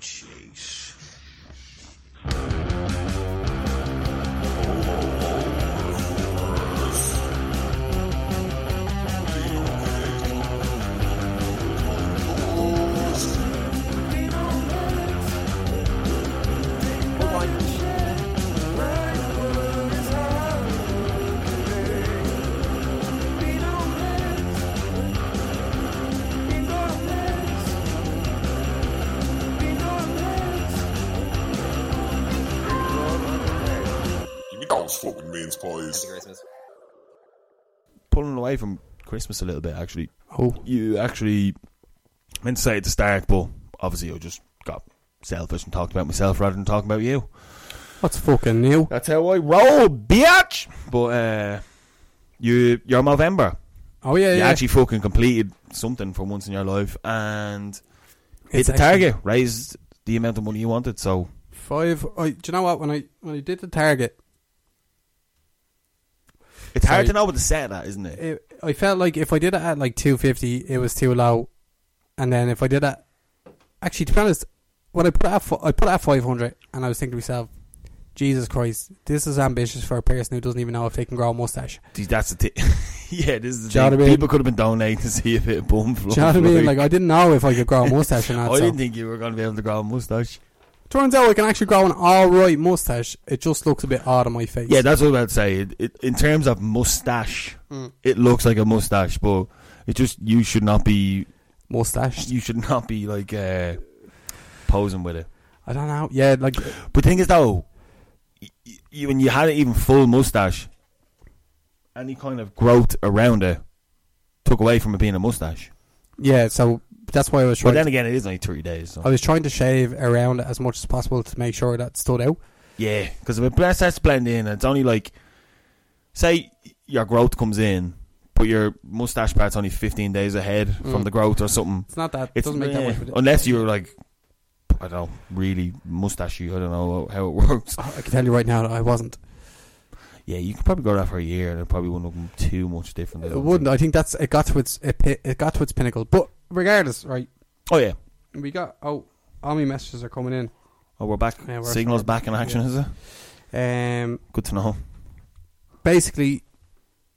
Jeez. You know it's fucking means, Happy please. Christmas. Pulling away from Christmas a little bit, actually. Oh, You actually I meant to say at the start, but obviously I just got selfish and talked about myself rather than talking about you. what's fucking new? That's how I roll, bitch. But uh, you, you're November. Oh yeah, You yeah. actually fucking completed something for once in your life, and It's hit the actually- target, raised the amount of money you wanted. So Five. I, do you know what? When I when I did the target, it's hard Sorry. to know what to say to that, isn't it? it, I felt like if I did it at like two fifty, it was too low, and then if I did it, actually, to be honest, when I put it at fi- I put it at five hundred, and I was thinking to myself, Jesus Christ, this is ambitious for a person who doesn't even know if they can grow a mustache. Dude, That's the thing. yeah, this is the Do you know thing. what I mean? People could have been donating to see if it bum Do you know what I mean? Like "Oh, I didn't know if I could grow a mustache or not. I so. didn't think you were going to be able to grow a mustache. Turns out I can actually grow an alright mustache. It just looks a bit odd on my face. Yeah, that's what I'd say. It, it, in terms of mustache, Mm. it looks like a mustache, but it just you should not be mustache. you should not be like uh, posing with it. I don't know. Yeah, like But thing is though, y- y- you, when you had an even full mustache, any kind of growth around it took away from it being a mustache. yeah. So that's why I was But trying. then to, again, it is only thirty days. So. I was trying to shave around it as much as possible to make sure that stood out. Yeah, because if it blend- starts to blend in, and it's only like, say your growth comes in, but your mustache part's only fifteen days ahead from Mm. the growth or something. It's not that. It It's doesn't make yeah, that much. of a di- unless you're like, I don't know, really mustachey. I don't know how it works. Oh, I can tell you right now that I wasn't. Yeah, you could probably go that for a year, and it probably wouldn't look too much different. I It don't wouldn't. think. I think that's it got to its it, pi- it got to its pinnacle. But regardless, right? Oh yeah. We got oh, all my messages are coming in. Oh, we're back. Yeah, we're- Signals back in action, yeah. is it? Um, Good to know. basically,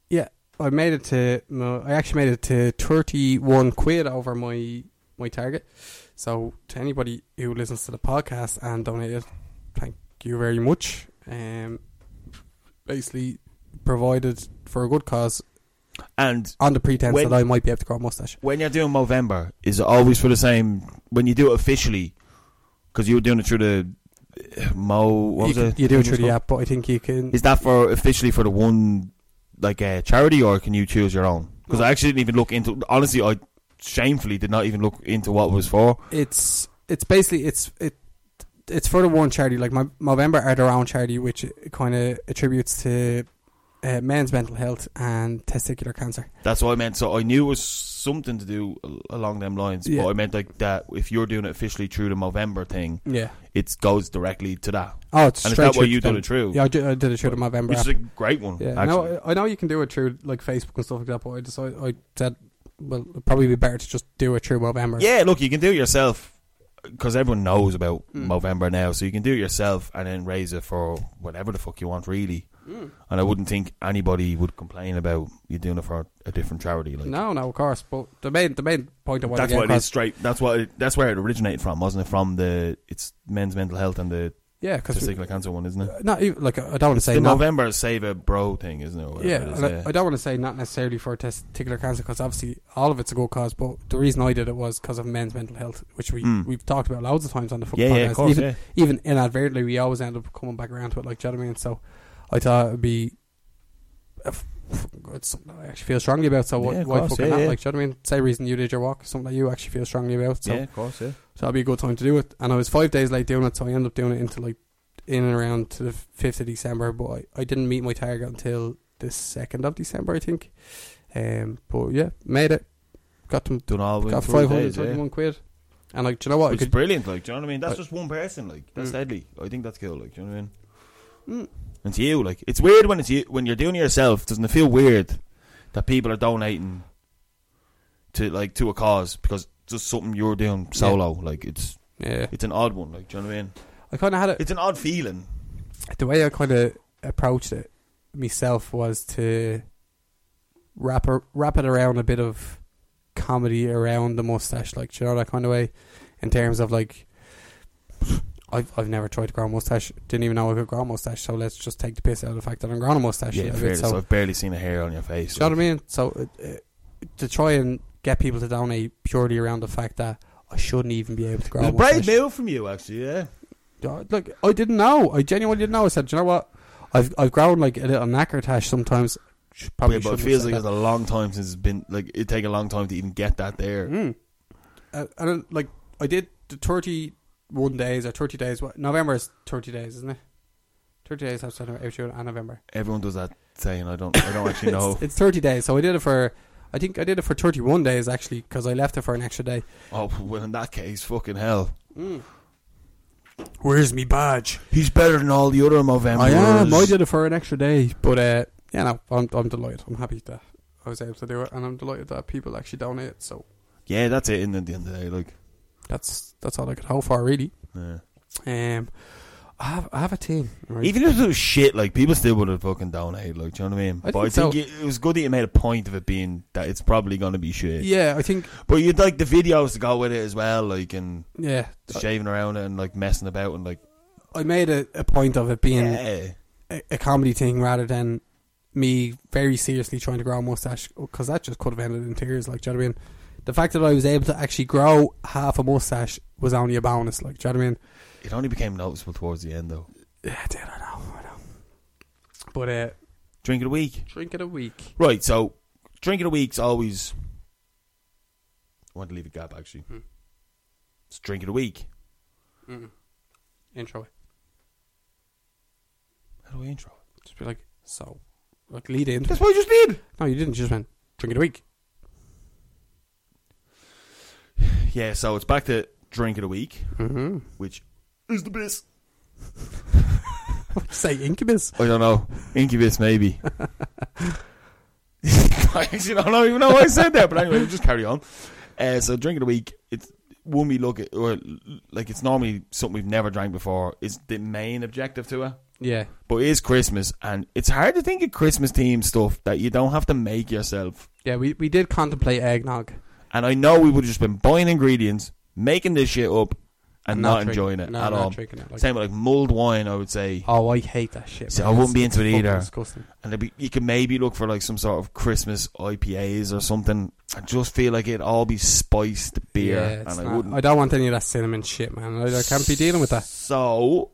yeah, I made it to. No, I actually made it to thirty-one quid over my my target. So to anybody who listens to the podcast and donated, thank you very much. Um, basically provided for a good cause And on the pretense When- that I might be able to grow a mustache. when you're doing Movember, is it always for the same? When you do it officially, because you were doing it through the uh, Mo. What You, was can, it? you do it through Thing the it's app, but I think you can. called? Is that for officially for the one like uh, charity, or can you choose your own? Because No. I actually didn't even look into. Honestly, I shamefully did not even look into what it was for. it's it's basically it's it it's for the one charity like my November are their own charity which kind of attributes to uh, men's mental health and testicular cancer. That's what I meant. So I knew it was something to do a- along them lines, Yeah. but I meant like that. If you're doing it officially through the Movember thing, Yeah. it goes directly to that. Oh, it's And is straight that through what to you did them. it through? Yeah, I did, I did it through the November. Which is App. a great one. Yeah, actually. no, I I know you can do it through like Facebook and stuff like that, but I decided I said, well, it'd probably be better to just do it through November. Yeah, look, you can do it yourself because everyone knows about Mm. Movember now, so you can do it yourself and then raise it for whatever the fuck you want, really. And I wouldn't think anybody would complain about you doing it for a different charity. Like No, no, of course, but the main the main point I want that's to get what it across- is straight. That's what it, that's where it originated from, wasn't it? From the it's men's mental health and the yeah, because testicular cancer one, isn't it? not even, like I don't want to say The not November Save a Bro thing, isn't it? or whatever Yeah, it is, and I- I, don't want to say not necessarily for testicular cancer because obviously all of it's a good cause, but the reason I did it was because of men's mental health, which we Mm. we've talked about loads of times on the fucking yeah, podcast. yeah, of course, even, yeah. even inadvertently, we always end up coming back around to it, like do you know what I mean? So I thought it'd be a f- f- it's something that I actually feel strongly about. So why, Yeah, of why course, fucking yeah, not? yeah. Like do you know what I mean? Say reason you did your walk, something that you actually feel strongly about. So yeah, of course, yeah. so that'd be a good time to do it. And I was five days late doing it, so I ended up doing it into like in and around to the fifth of December. But I, I didn't meet my target until the second of December, I think. Um, but yeah, made it. Got them. Done all the way Got through five the hundred days, yeah. thirty-one quid. And like, do you know what? I Which is could, brilliant, like, do you know what I mean? That's I- just one person, like, that's Mm. deadly. I think that's cool, like, do you know what I mean? Mm. It's you, like, it's weird when it's you when you're doing it yourself. Doesn't it feel weird that people are donating to like to a cause because it's just something you're doing solo? Like, it's Yeah. It's an odd one, like, do you know what I mean? I kind of had it. It's an odd feeling. the way I kind of approached it myself was to wrap a, wrap it around a bit of comedy around the mustache, like do you know that kind of way. In terms of like, I've I've never tried to grow a mustache. Didn't even know I could grow a mustache. So let's just take the piss out of the fact that I'm growing a mustache. Yeah, a in bit, fairness, so I've barely seen a hair on your face. do you know what I mean? So uh, uh, to try and get people to donate purely around the fact that I shouldn't even be able to grow. It's a a brave mustache. move from you, actually, yeah. Uh, Look, I didn't know. I genuinely didn't know. I said, Do you know what? I've I've grown like a little knacker tash sometimes. Sh- Probably Yeah, but it shouldn't have feels said like that. it's a long time since it's been, like, it'd take a long time to even get that there. Mm. Uh, and uh, like I did the thirty one days or thirty days. What November is thirty days, isn't it? Thirty days outside of April and November. Everyone does that saying, I don't, I don't actually know. It's, it's thirty days, so I did it for. I think I did it for thirty one days actually because I left it for an extra day. oh, well, in that case, fucking hell. Where's me badge? He's better than all the other Movember. I am. I did it for an extra day, but uh, yeah, no, I'm I'm delighted. I'm happy that I was able to do it, and I'm delighted that people actually donate. So Yeah, that's it. And at the end of the day, like, that's that's all I could hope for really. yeah. Um, I have I have a team. right? even if it was shit, like people still would have fucking donated. Like, do you know what I mean? I but I think so. think it, it was good that you made a point of it being that it's probably gonna be shit. yeah, I think But you'd like the videos to go with it as well, like and yeah. the shaving around it and like messing about and like I made a, a point of it being yeah, a, a comedy thing rather than me very seriously trying to grow a mustache because that just could have ended in tears. Like, do you know what I mean? The fact that I was able to actually grow half a mustache was only a bonus. Like, do you know what I mean? it only became noticeable towards the end though. Yeah, I did. I know. I know. But uh, Drink of the week, drink of the week. right? So, drink of the week's always. I want to leave a gap actually. Hmm. It's drink of the week. Mm. Intro. How do I intro? Just be like so. Like lead into. That's it. what I just did. No, you didn't. You just went drink of the week. Yeah, so it's back to drink of the week, Mm-hmm. which is the best. Say incubus. I don't know. Incubus, maybe. I actually don't know- even know why I said that, but anyway, we'll just carry on. Uh, so, drink of the week, it's when we look at, or like, it's normally something we've never drank before, is the main objective to it. Yeah. But it is Christmas, and it's hard to think of Christmas themed stuff that you don't have to make yourself. Yeah, we, we did contemplate eggnog. And I know we would have just been buying ingredients, making this shit up, and, not, drinking- enjoying it no, not at all. drinking it, like- Same with like mulled wine, I would say. oh, I hate that shit. See, man. I wouldn't It's- be into it's it fucking either. Disgusting. and it'd be, you could maybe look for like some sort of Christmas IPAs or something. I just feel like it'd all be spiced beer, Yeah, it's and I not- wouldn't. I don't want any of that cinnamon shit, man. I, I can't be dealing with that. So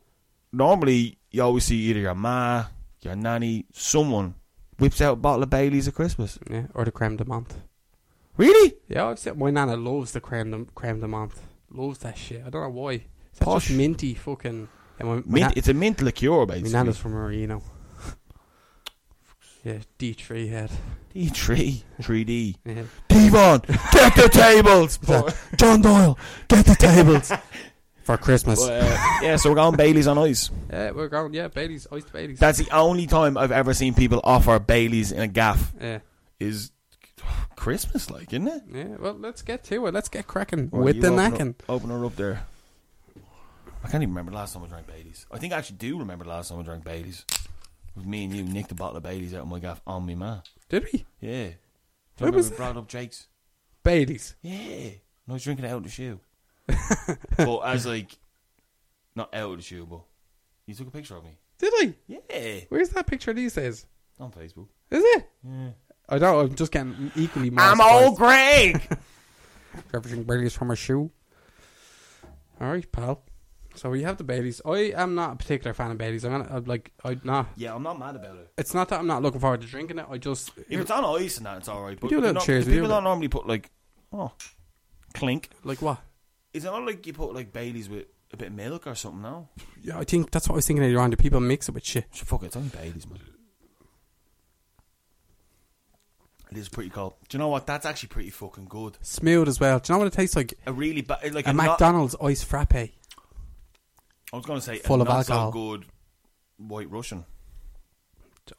normally you always see either your ma, your nanny, someone whips out a bottle of Bailey's at Christmas. Yeah, or the creme de menthe. Really? Yeah, I'd say my nana loves the creme de, creme de menthe. Loves that shit. I don't know why. It's Posh. just minty fucking. Yeah, my, my, Mint, na- it's a mint liqueur, my basically. nana's from Marino. yeah, D tree head. D three, three D. Yeah. Devon, get the tables. But, John Doyle, get the tables for Christmas. but, uh, yeah, so we're going Bailey's on ice. Yeah, we're going. Yeah, Bailey's iced Bailey's. That's the only time I've ever seen people offer Bailey's in a gaff. yeah. Is Christmas like, isn't it? Yeah, well, let's get to it. Let's get cracking Right, with you the open knacking. up- Open her up there. I can't even remember the last time I drank Baileys. I think I actually do remember the last time I drank Baileys. It was me and you nicked a bottle of Baileys out of my gaff on me, man. Did we? Yeah. Do you Where remember was we that? brought up Jake's? Bailey's. Yeah. And I was drinking it out of the shoe. but I was like, not out of the shoe, but you took a picture of me. Did I? Yeah. Where's that picture these days? On Facebook. Is it? Yeah. I know. I'm just getting equally more. I'm surprised. old Greg! Everything Bailey's from her shoe. All right, pal. So we have the Baileys. I am not a particular fan of Baileys. I'm, gonna, I'm like, I nah. yeah, I'm not mad about it. It's not that I'm not looking forward to drinking it. I just If it's on ice and that, it's alright. But do a they're little not- cheers, we do people a don't normally put like, oh, clink. like what? Is it not like you put like Bailey's with a bit of milk or something now? Yeah, I think that's what I was thinking earlier on. Do people mix it with shit? So fuck it, it's only Bailey's, man. It is pretty cold. Do you know what? That's actually pretty fucking good. Smooth as well. Do you know what it tastes like? A really ba- like A, a, not- McDonald's ice frappe. I was gonna say full a of not alcohol. So good White Russian.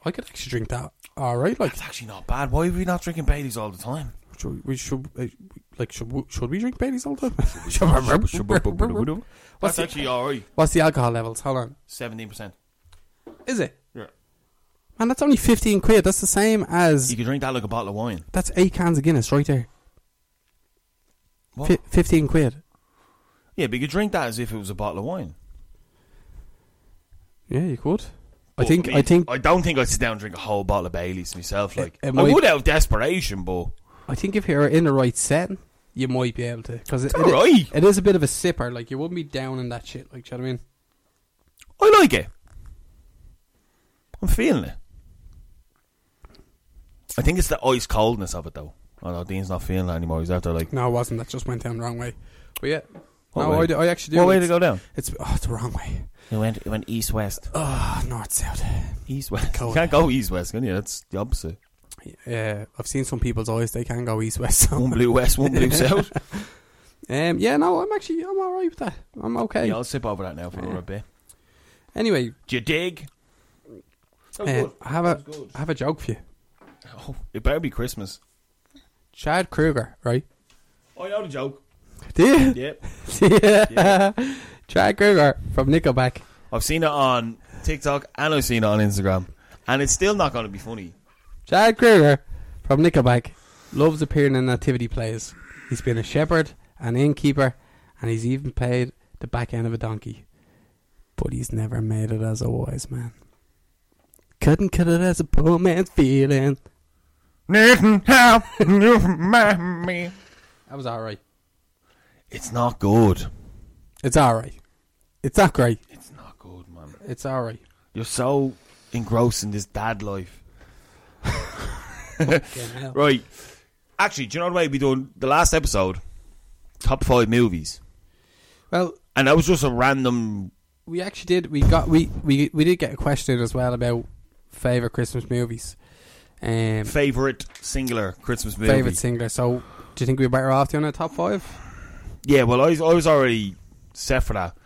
I could actually drink that. All right, like It's actually not bad. Why are we not drinking Bailey's all the time? Should we should uh, like should we, should we drink Baileys all the time? That's What's the, actually all right. what's the alcohol levels? Hold on, Seventeen percent. is it? Yeah. Man, that's only fifteen quid. That's the same as You can drink that like a bottle of wine. that's eight cans of Guinness right there. What? Fi fifteen quid. Yeah, but you could drink that as if it was a bottle of wine. Yeah, you could. I But, think. I mean, think. I don't think I'd sit down and drink a whole bottle of Bailey's myself. Like it I might- would out of desperation, but I think if you're in the right setting, you might be able to. Because it, all right. it is a bit of a sipper. Like you wouldn't be down in that shit. Like, do you know what I mean? I like it. I'm feeling it. I think it's the ice coldness of it though. Although Dean's not feeling that anymore. He's after like No, it wasn't. That just went down the wrong way. But yeah, What no, way? I, do- I actually do. what way to It's- go down? It's oh, it's the wrong way. It went it went east west. Oh, north south. East west. You Cold. can't go east west, can you? That's the opposite. Yeah, I've seen some people's eyes. They can go east west. So. One blue west, one blue south. Um, yeah, no, I'm actually I'm all right with that. I'm okay. Yeah, I'll sip over that now for another bit. Anyway, Do you dig? That was uh, good. I have a That was good. I have a joke for you. Oh, it better be Christmas. Chad Kruger, right? Oh, you know the joke. Yeah. Yep. Chad Kruger from Nickelback. I've seen it on TikTok and I've seen it on Instagram. And it's still not going to be funny. Chad Kruger from Nickelback loves appearing in nativity plays. He's been a shepherd, an innkeeper, and he's even played the back end of a donkey. But he's never made it as a wise man. Couldn't cut it as a poor man's feeling. That was alright. It's not good. It's alright. It's not great. It's not good, man. It's alright. You're so engrossed in this dad life. Right. Actually, do you know what way we done the last episode? Top five movies. Well, And that was just a random we actually did. We got we we we did get a question as well about favorite Christmas movies. Um, favourite singular Christmas movie. favorite singular. So, do you think we're better off doing a top five? Yeah, well, I was, I was already set for that.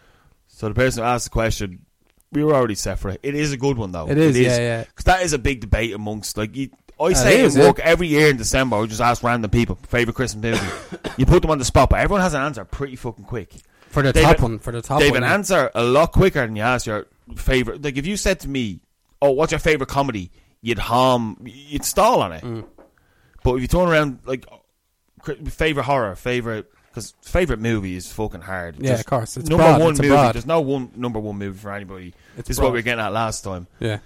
So the person who asked the question, we were already set for it. Oh, It is a good one, though. It is, yeah, yeah. Because that is a big debate amongst, like, you, I It say is, in yeah. work every year in December, I just ask random people, favourite Christmas movie. you put them on the spot, but everyone has an answer pretty fucking quick. For the They've top an- one, for the top They've one. an answer a lot quicker than you ask your favourite. Like, if you said to me, oh, what's your favourite comedy? You'd harm, you'd stall on it. Mm. But if you turn around, like, cri- favourite horror, favourite. Because favourite movie is fucking hard. yeah, Just- of course. It's number broad, one it's a movie. broad. There's no one number one movie for anybody. It's this is broad. what we were getting at last time. yeah,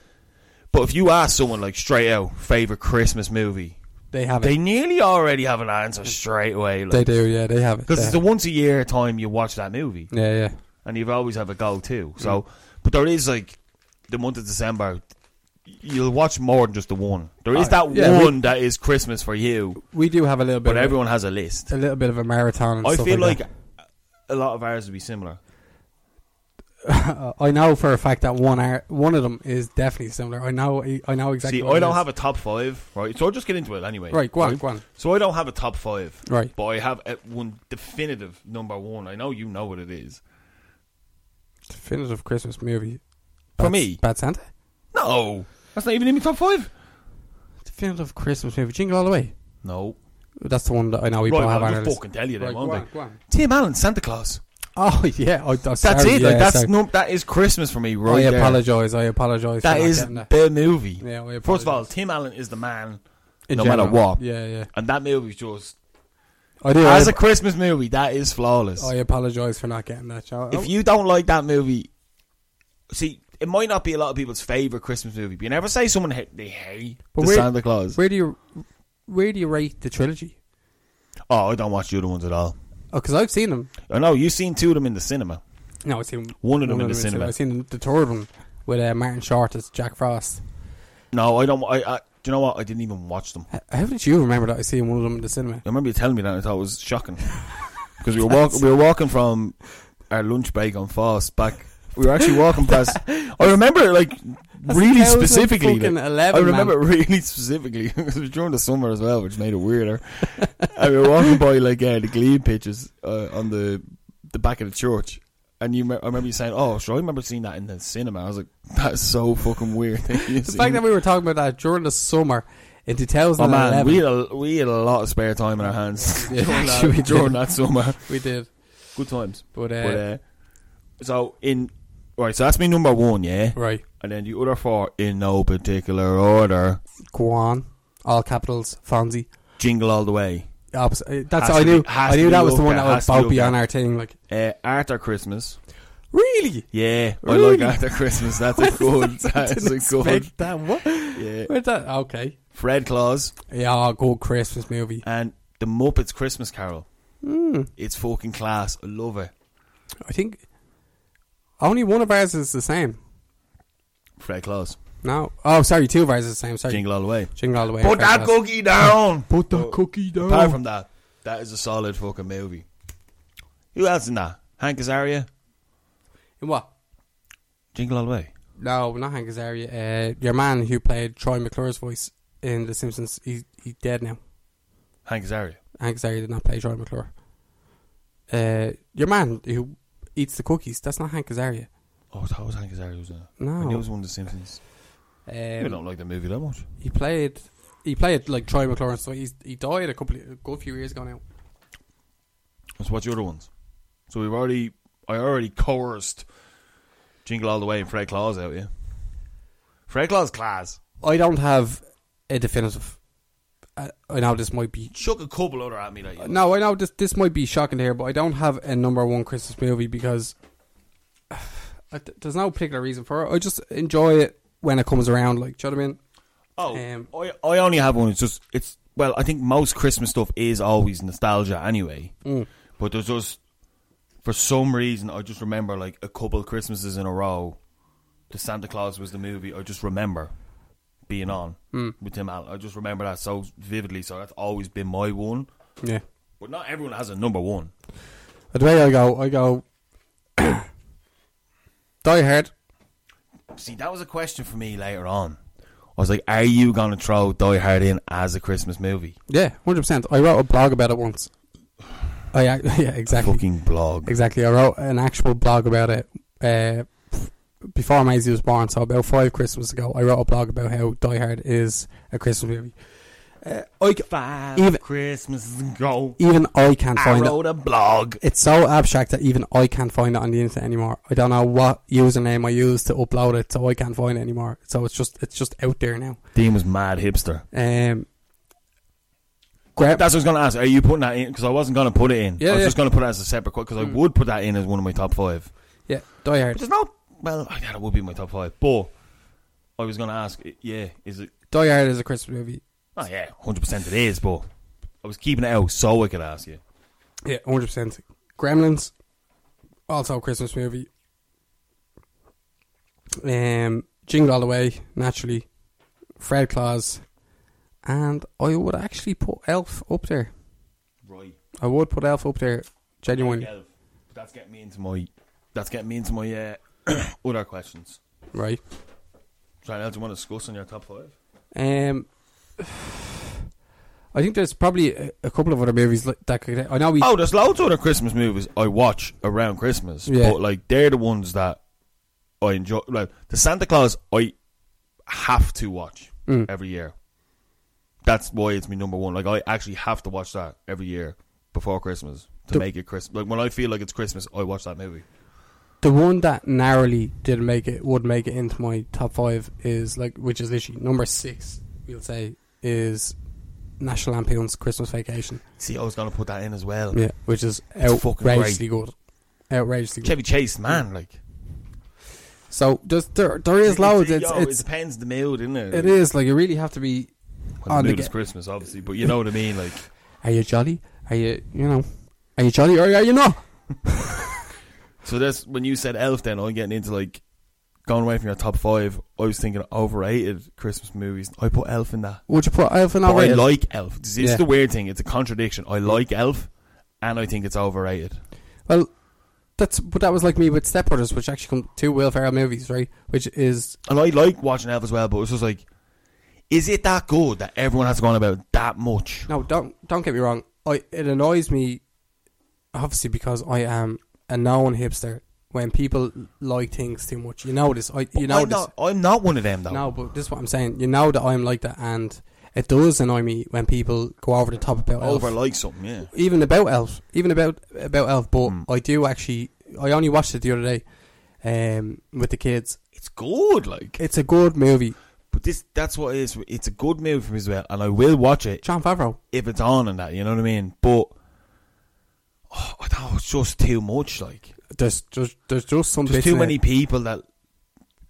But if you ask someone like straight out favorite Christmas movie, they have they it. nearly already have an answer straight away. They Like, do. Yeah, they have it. because They it's the have once a year time you watch that movie, it. yeah, yeah. and you've always have a go too. So, but there is like the month of December. You'll watch more than just the one. There is Oh, that yeah, we- one that is Christmas for you, We do have a little bit. of but a- everyone has a list. a little bit of a marathon. And I stuff feel like, like a lot of ours would be similar. that. I know for a fact that one hour, one of them is definitely similar. I know. I know exactly. See, what I don't it is. have a top five, right? So I'll just get into it anyway. Right, go on, go on. So I don't have a top five, Right. But I have uh, one definitive number one. I know you know what it is. definitive Christmas movie For Bad- me? Bad Santa. No, that's not even in my top five. Definitive Christmas movie, Jingle All the Way. No, That's the one that I know we right? both well, have on I'll our just list. fucking tell you then, Right, won't go I? on, go on. Tim Allen, Santa Claus. Oh yeah, I, that's That's it. Yeah, like, that's sorry. no, that is Christmas for me, right? I there. Oh, apologize. I apologize. That for not is getting that. the movie. Yeah, I First of all, apologise. Tim Allen is the man, In no general. matter what. Yeah, yeah. And that movie's just I do. as I, a Christmas movie, that is flawless. I apologize for not getting that. Show. If you don't like that movie, see, it might not be a lot of people's favorite Christmas movie, but you never say someone ha- they hate But the where- Santa Claus. where do you where do you rate the trilogy? Oh, I don't watch the other ones at all. Oh, because I've seen them. I know you've seen two of them in the cinema. No, I've seen One of them in the cinema. I've seen the third one with uh, Martin Short as Jack Frost. No, I don't. I, I do you know what? I didn't even watch them. I H- How did you remember that I seen one of them in the cinema? remember you telling me that. and I thought it was shocking because we were walking. We were walking from our lunch break on Foss back. We were actually walking past. I remember it like really 2000 specifically. fucking like, 11, I remember man. it really specifically. it was during the summer as well, which made it weirder. and we were walking by like uh, the Glebe pictures uh, on the the back of the church. And you, me- I remember you saying, "Oh, sure, I remember seeing that in the cinema." I was like, "That's so fucking weird." The fact that we were talking about that during the summer in Oh 2011. man, we had, a, we had a lot of spare time in our hands Yeah, during, that, actually we did. during that summer. we did. Good times. But, uh, But, uh, so in right, so that's me number one, yeah, right, and then the other four in no particular order. go on. All capitals, Fonzie. Jingle all the way. Opposite. uh, That's Has I to knew. be- has I to knew be that was the up one there, that would has to be both be up on there. our thing. Like, Uh, Arthur Christmas. really? Yeah, Really? I like Arthur Christmas. That's a good. That's a good. Expect that? What? Yeah. Where's that? Okay. Fred Claus Yeah, oh, good Christmas movie. and the Muppets Christmas Carol. It's fucking class. I love it. I think only one of ours is the same. Fred Claus. No. Oh, sorry, two of ours is the same. Sorry. Jingle, Jingle all the way. all the way. Put that Fantastic. cookie down. Put the cookie down. Apart from that, that is a solid fucking movie. Who else in that? Hank Azaria. In what? Jingle all the way. No, not Hank Azaria. Uh, your man who played Troy McClure's voice in The Simpsons, he's he's dead now. Hank Azaria. Hank Azaria did not play Troy McClure. Uh, your man who eats the cookies, that's not Hank Azaria. Oh, that was Hank Azaria, was it? No. And he was one of the Simpsons. I don't Um, like the movie that much. he played he played like Troy McClure, so he's, he died a couple of, a good few years ago now. Let's watch the other ones. So we've already, I already coerced Jingle All the Way and Fred Claus out, yeah. Fred Claus class. I don't have a definitive. I, I know this might be Chuck a couple other at me, like. No. no, I know this this might be shocking to hear, but I don't have a number one Christmas movie because I th- there's no particular reason for it. I just enjoy it when it comes around. Like, do you know what I mean? Oh, Um, I, I only have one. It's just it's well, I think most Christmas stuff is always nostalgia anyway. But there's just for some reason I just remember like a couple Christmases in a row. The Santa Claus was the movie I just remember being on with Tim Allen. I just remember that so vividly. So that's always been my one. Yeah. But not everyone has a number one. But the way I go, I go. Die Hard. See, that was a question for me later on. I was like, "Are you gonna throw Die Hard in as a Christmas movie?" Yeah, hundred percent. I wrote a blog about it once. I ac- yeah exactly Fucking blog. exactly. I wrote an actual blog about it uh, f- before Maisie was born, so about five Christmases ago. I wrote a blog about how Die Hard is a Christmas movie. Five Even- Christmases ago. Even I can't I find it. wrote a blog. it's so abstract that even I can't find it on the internet anymore. I don't know what username I used to upload it, so I can't find it anymore. So it's just it's just out there now. Dean was mad hipster. Um, Gra- That's what I was going to ask. Are you putting that in? Because I wasn't going to put it in. Yeah, I was yeah. just going to put it as a separate quote because I would put that in as one of my top five. yeah, Die But Hard. there's no. Well, I yeah, it would be my top five. But I was going to ask, i- yeah, is it. Die Hard is a Christmas movie. Oh, yeah, 100% it is, but I was keeping it out so I could ask you. Yeah, hundred percent. Gremlins, also a Christmas movie. Um, Jingle All the Way, naturally. Fred Claus, and I would actually put Elf up there. Right. I would put Elf up there. Genuinely, That's getting me into my. That's getting me into my uh, other questions. right? Try now, do you want to discuss on your top five? Um, I think there's probably a, a couple of other movies like that could. I know we. Oh, there's loads of other Christmas movies I watch around Christmas, Yeah. but like they're the ones that I enjoy. Like the Santa Claus, I have to watch Mm. every year. That's why it's my number one. Like I actually have to watch that every year before Christmas to The- make it Christmas. Like when I feel like it's Christmas, I watch that movie. The one that narrowly did make it would make it into my top five is like, which is literally number six. We'll say is National Lampoon's Christmas Vacation. See, I was gonna put that in as well. Yeah, which is Oh. It's fucking great. outrageously good. Outrageously good. Chevy Chase, man, like So there's, there there is loads. It's yo, it's it depends the mood, isn't it? it is like you really have to be. When on the the mood is ga- Christmas, obviously, but you know what I mean. Like Are you jolly? Are you you know? Are you jolly or are you not? So that's when you said Elf. Then I'm getting into like going away from your top five. I was thinking overrated Christmas movies. I put Elf in that. Would you put Elf in But I overrated? like Elf. This is Yeah. the weird thing. It's a contradiction. I like Elf, and I think it's overrated. Well, that's but that was like me with Step Brothers, which actually come two Will Ferrell movies, right? Which is And I like watching Elf as well. But it's just like, is it that good that everyone has gone about that much? no, don't don't get me wrong. I it annoys me, obviously because I am a known hipster. When people like things too much, you know this. I you know I'm this. not. I'm not one of them though. No, but this is what I'm saying. You know that I'm like that, and it does annoy me when people go over the top about Elf. Over like something, yeah. even about Elf, even about about Elf. But Mm. I do actually. I only watched it the other day um, with the kids. It's good, like. It's a good movie. But this that's what it is. It's a good movie for me as well, and I will watch it John Favreau. if it's on and that, you know what I mean? But oh, I don't know, it's just too much, like. There's there's, there's just some bits There's too in many it. people that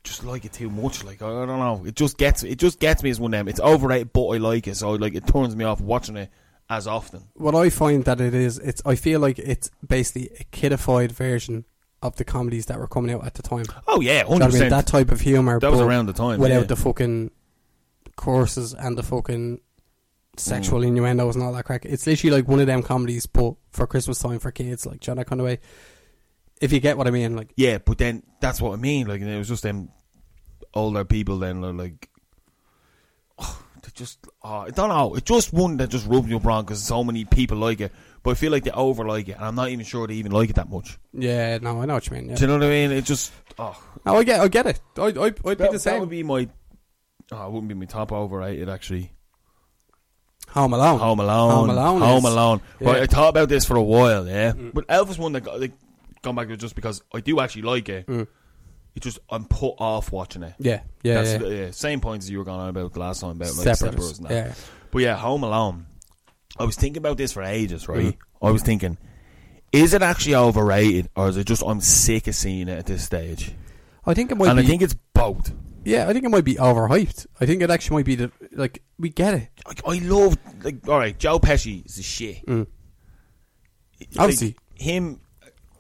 just like it too much. Like I, I don't know. It just gets it just gets me as one of them. It's overrated, but I like it, so like it turns me off watching it as often. What I find that it is, it's I feel like it's basically a kidified version of the comedies that were coming out at the time. Oh yeah, Do you know hundred what I mean? percent. That type of humor. That was but around the time. without yeah. the fucking courses and the fucking sexual Mm. innuendos and all that crack. It's literally like one of them comedies, but for Christmas time for kids, like John that kind of way. If you get what I mean, like yeah, but then that's what I mean. Like and it was just them older people. Then they're like, oh, they just oh, I don't know. It's just one that just rubbed you wrong because so many people like it. But I feel like they over like it, and I'm not even sure they even like it that much. yeah, no, I know what you mean. Yeah. Do you know what I mean? It just oh, No, I get, I get it. I, I, I'd be that, the that same. would be my. Oh, it wouldn't be my top overrated actually. Home Alone. Home Alone. Home Alone Home is- Alone. yeah. Mm. Right, I thought about this for a while, yeah. But Elf is one that got, like, gone back to just because I do actually like it. Mm. It's just I'm put off watching it. Yeah, yeah, That's yeah. The, yeah, same points you were going on about the last time about like Separate. separates and that. Yeah. But yeah, Home Alone. I was thinking about this for ages, right? Mm-hmm. I was thinking, is it actually overrated or is it just I'm sick of seeing it at this stage? I think it might and be. I think it's both. yeah, I think it might be overhyped. I think it actually might be the like we get it. Like, I love like all right, Joe Pesci is a shit. Mm. Like, Obviously. him.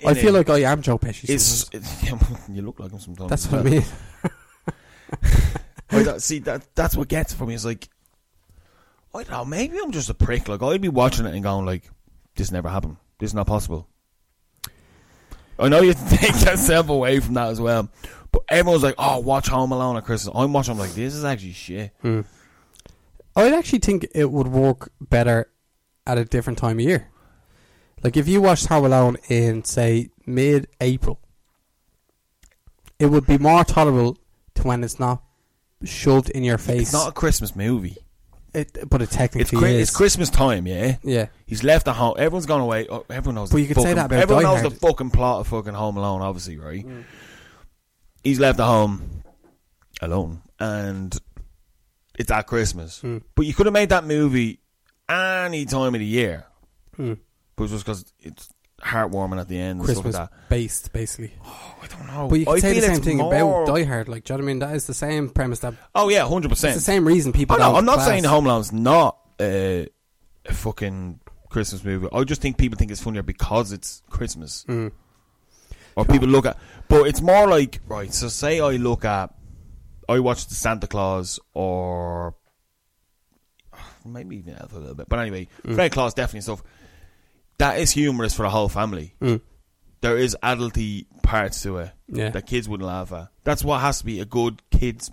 in I it feel like I am Joe Pesci. is sometimes. you look like him sometimes. That's what I mean. I don't- see that that's what gets for me is like I don't know. Maybe I'm just a prick. Like I'd be watching it and going like, "This never happened. This is not possible." I know you take yourself away from that as well, but everyone's like, "Oh, watch Home Alone at Christmas." I'm watching. I'm like, "This is actually shit." I actually think it would work better at a different time of year. Like if you watched Home Alone in say mid April, it would be more tolerable to when it's not shoved in your face. It's not a Christmas movie. it, but it It's technically Chri- is. it's Christmas time, yeah. yeah, He's left at home. Everyone's gone away. Oh, everyone knows. But the you could say fucking- that about everyone Die knows Hard. the fucking plot of fucking Home Alone, obviously, right? He's left at home alone, and it's at Christmas. But you could have made that movie any time of the year, but it's just because it's heartwarming at the end. and stuff like Christmas that. based basically. Oh, I don't know. But you I could say the feel same it's thing more- about Die Hard. Like, do you know what I mean? That is the same premise. That Oh yeah, hundred it's percent. the same reason people. Oh no, don't I'm not class- saying Home Alone's not uh, a fucking Christmas movie. I just think people think it's funnier because it's Christmas, or people look at. But it's more like right. So say I look at, I watch the Santa Claus or maybe even Elf a little bit, but anyway, Fred Claus definitely and stuff. That is humorous for the whole family. Mm. There is adulty parts to it Yeah. that kids wouldn't laugh at. That's what has to be a good kids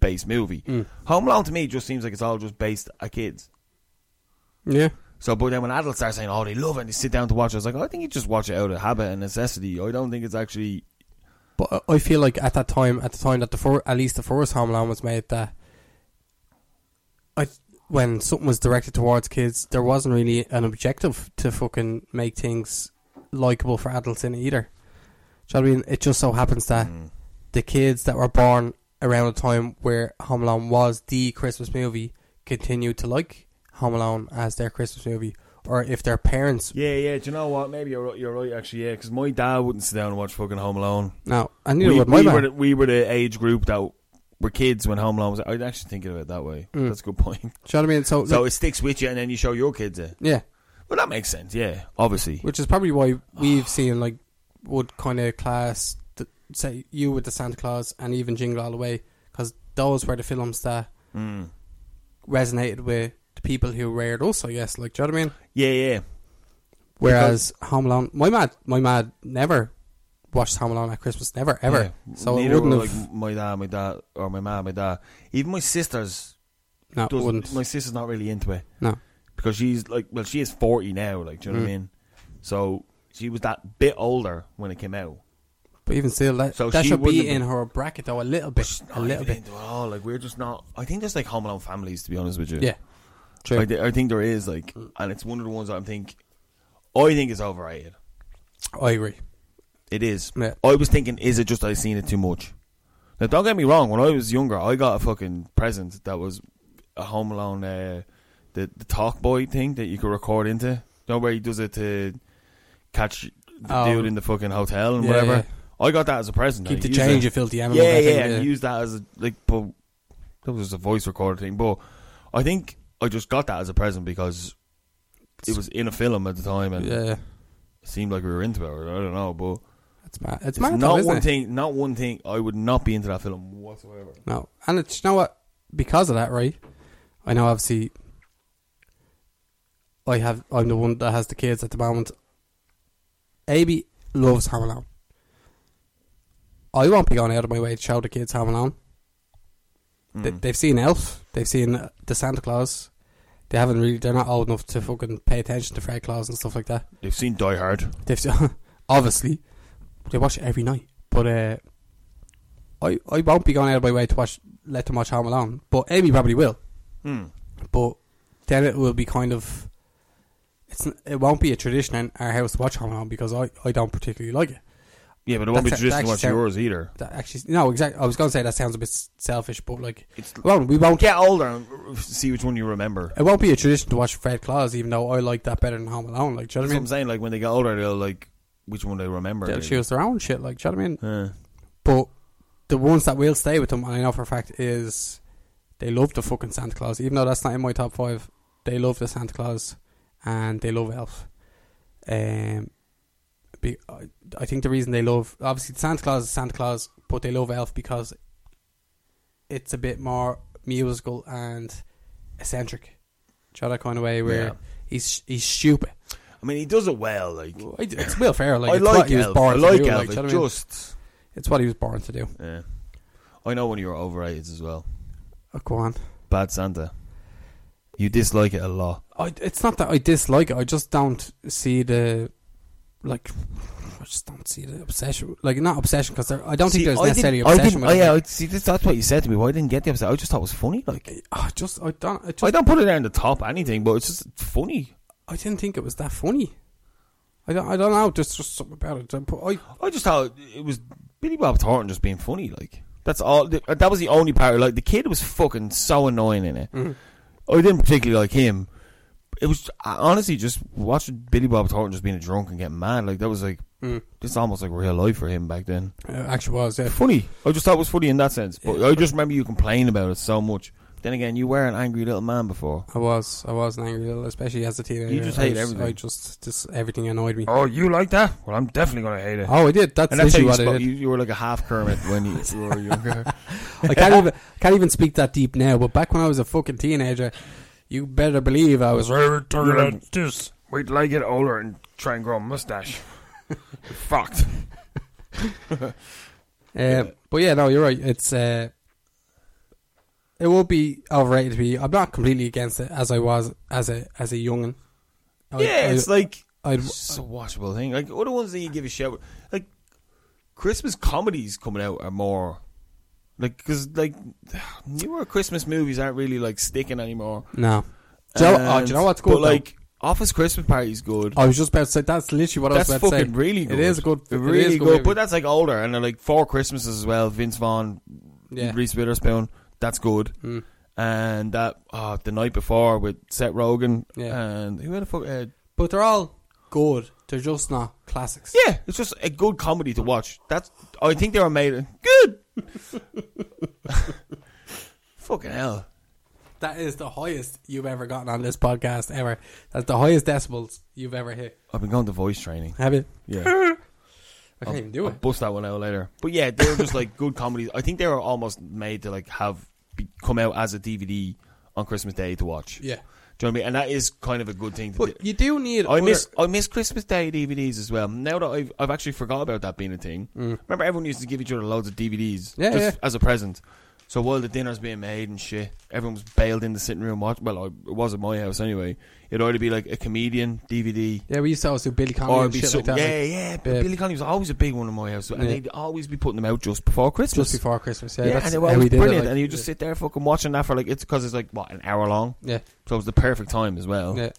based movie. Home Alone to me just seems like it's all just based at kids. Yeah, So, but then when adults start saying, "Oh, they love it," and they sit down to watch, it, I was like, "Oh, "I think you just watch it out of habit and necessity." I don't think it's actually. but I- I feel like at that time, at the time that the fir- at least the first Home Alone was made, that I when something was directed towards kids, there wasn't really an objective to fucking make things likable for adults in it either. Do you know what I mean? It just so happens that Mm. the kids that were born around the time where Home Alone was the Christmas movie continued to like Home Alone as their Christmas movie, or if their parents Yeah, yeah. Do you know what? Maybe you're you're right actually. Yeah, because my dad wouldn't sit down and watch fucking Home Alone. now, and We, neither would my we man. were the, we were the age group that were kids when Home Alone was. I'd actually think of it that way. Mm. That's a good point. Do you know what I mean? So, So like, it sticks with you, and then you show your kids it. yeah, Well, that makes sense. Yeah, obviously. which is probably why we've seen like would kind of class the, say you with the Santa Claus and even Jingle All the Way because those were the films that Mm. resonated with the people who reared us. I guess, like, do you know what I mean? Yeah, yeah. Whereas Home Alone, my mad, my mad never watched Home Alone at Christmas, never ever. Yeah. So it Neither wouldn't were, have. like my dad, my dad, or my mom, my dad. Even my sisters no, it doesn't. wouldn't. My sister's not really into it no, because she's like, well, she is Mm. forty now. Like, do you know what I mean? So she was that bit older when it came out. But even still, that, So that she should wouldn't be have in been- her bracket though a little bit, a Not little even bit. into it at all. Like we're just not. I think there's like Home Alone families. To be honest with you, Yeah, Mm. true. Like, I think there is like, and it's one of the ones I think. I think it's overrated. I agree. It is. Yeah. I was thinking, is it just I seen it too much? Now, don't get me wrong. When I was younger, I got a fucking present that was a Home Alone, uh, the the Talk Boy thing that you could record into. Don't worry, he does it to catch the Oh. dude in the fucking hotel and Yeah, whatever. yeah. I got that as a present. I Keep the used change, it. you filthy animal. Yeah, that thing, yeah, and use that as a, like, but that was just a voice recorder thing. But I think I just got that as a present because it was in a film at the time and yeah, it yeah. seemed like we were into it. Or I don't know, but It's mad. It's, it's mad, though, not isn't one it? thing. Not one thing. I would not be into that film whatsoever. No, and it's you know what? Because of that, right? I know obviously. I have. I'm the one that has the kids at the moment. Abby loves Home Alone. I won't be going out of my way to show the kids Home Alone. They, Mm. they've seen Elf. They've seen uh, the Santa Claus. They haven't really. They're not old enough to fucking pay attention to Fred Claus and stuff like that. They've seen Die Hard. They've obviously they watch it every night, but uh, I I won't be going out of my way to watch let them watch Home Alone, but Amy probably will. Hmm. But then it will be kind of it's n- it won't be a tradition in our house to watch Home Alone because I, I don't particularly like it. Yeah, but it won't be That's- traditional that's watch actually- yours either. That actually no exactly. I was gonna say that sounds a bit s- selfish, but like It's well we won't get older and see which one you remember. it won't be a tradition to watch Fred Claus, even though I like that better than Home Alone. Like do you That's know what what I'm saying. Like when they get older, they'll like which one they remember. I mean? They'll really. choose their own shit. Like do you know what I mean? Yeah. But the ones that will stay with them, and I know for a fact, is they love the fucking Santa Claus. Even though that's not in my top five, they love the Santa Claus and they love Elf. Um, be, I, I think the reason they love obviously Santa Claus is Santa Claus, but they love Elf because it's a bit more musical and eccentric. Do you know that kind of way where Yeah. he's he's stupid. I mean, he does it well. Like It's Will Ferrell. Like, I it's like what he was Elf. born I to like do, Elf. like, do you know It's what I mean? just. It's what he was born to do. Yeah. I know when you're overrated as well. Oh, go on. Bad Santa. You dislike it a lot. I, it's not that I dislike it. I just don't see the like. I just don't see the obsession. Like not obsession because I don't think there's necessarily I obsession. didn't, oh, with yeah, it. I- see, this, that's what you said to me. Why I didn't get the upset? I just thought it was funny. Like, Like, I just I don't. I just I I, don't put it down the top or anything, but it's just funny. didn't think it was that funny. I don't. I don't know. There's just something about it. that- But I I just thought it was Billy Bob Thornton just being funny. Like, that's all. th- That was the only part. Like, the kid was fucking so annoying in it. mm, I didn't particularly like him. It was I honestly just watching Billy Bob Thornton just being a drunk and getting mad. Like, that was like mm, this is almost like real life for him back then. it actually was. Yeah. funny. I just thought it was funny in that sense. But I just remember you complaining about it so much. Then again, you were an angry little man before. I was. I was an angry little, especially as a teenager. You just I hate was- everything. I just just everything annoyed me. Oh, you like that? Well, I'm definitely gonna hate it. Oh, I did. That's and that's literally how you, what I spoke. did. You, you were like a half Kermit when you, you were younger. I can't even can't even speak that deep now. But back when I was a fucking teenager, you better believe I was. this. Wait till I get older and try and grow a mustache. Fucked. Uh, but yeah, no, you're right. It's uh, it will be overrated to be. I'm not completely against it as I was as a as a youngin. I- Yeah, I- it's like I'd, it's just a watchable thing. Like other ones that you give a shout, like Christmas comedies coming out are more like because like newer Christmas movies aren't really like sticking anymore. no. Do you, know, oh, do And- you know what's But good? Like, like Office Christmas Party's good. I was just about to say that's literally what that's I was about to say. fucking really good. It is good. It it really is good. movie. But that's like older and they're like four Christmases as well. Vince Vaughn, yeah. Reese Witherspoon. That's good. Mm. And that oh, the night before with Seth Rogen. Yeah. And who had a fuck? Uh, but they're all good. They're just not classics. yeah, it's just a good comedy to watch. That's I think they were made good. fucking hell. That is the highest you've ever gotten on this podcast ever. That's the highest decibels you've ever hit. I've been going to voice training. Have you? Yeah, I can't I'll, even do I'll it. bust that one out later. But yeah, they were just like good comedies. I think they were almost made to like have be, come out as a DVD on Christmas Day to watch. Yeah. Do you know what I mean? And that is kind of a good thing to do. But you do need. I miss I miss Christmas Day DVDs as well. Now that I've I've actually forgot about that being a thing. Remember, everyone used to give each other loads of Mm. DVDs Yeah, yeah. just as a present. So while the dinner's being made and shit, everyone was bailed in the sitting room. Watch, well, I- it was at my house anyway. It'd either be like a comedian DVD, Yeah, we used to always do Billy Connolly and or Oh, it'd be shit like something. that. yeah, like, yeah. Yeah. But Billy Connolly was always a big one in my house, and Yeah. they'd always be putting them out just before Christmas. just before Christmas. Yeah, yeah, that's and they were how we always did brilliant. it. like, and you just sit there fucking watching that for like it's because it's like what an hour long, yeah, so it was the perfect time as well. yeah.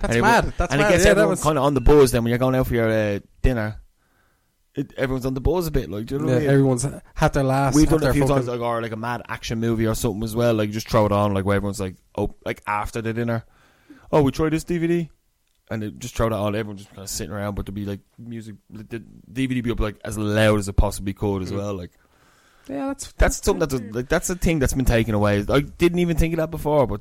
That's Oh. and it mad. wa- That's and mad. it gets yeah, that everyone was, kind of on the buzz. Then when you're going out for your uh, dinner, it, everyone's on the buzz a bit. Like, do you know yeah, what I mean? everyone's had their last. We've had done it their a few fucking- times, like or like a mad action movie or something as well. Like you just throw it on, like where everyone's like, oh, like after the dinner, oh, we tried this DVD, and it just throw that on. Everyone's just kind of sitting around, but to be like music, the DVD be up like as loud as it possibly could Mm. as well. Like Yeah, that's that's something that's a, like that's a thing that's been taken away. I didn't even think of that before, but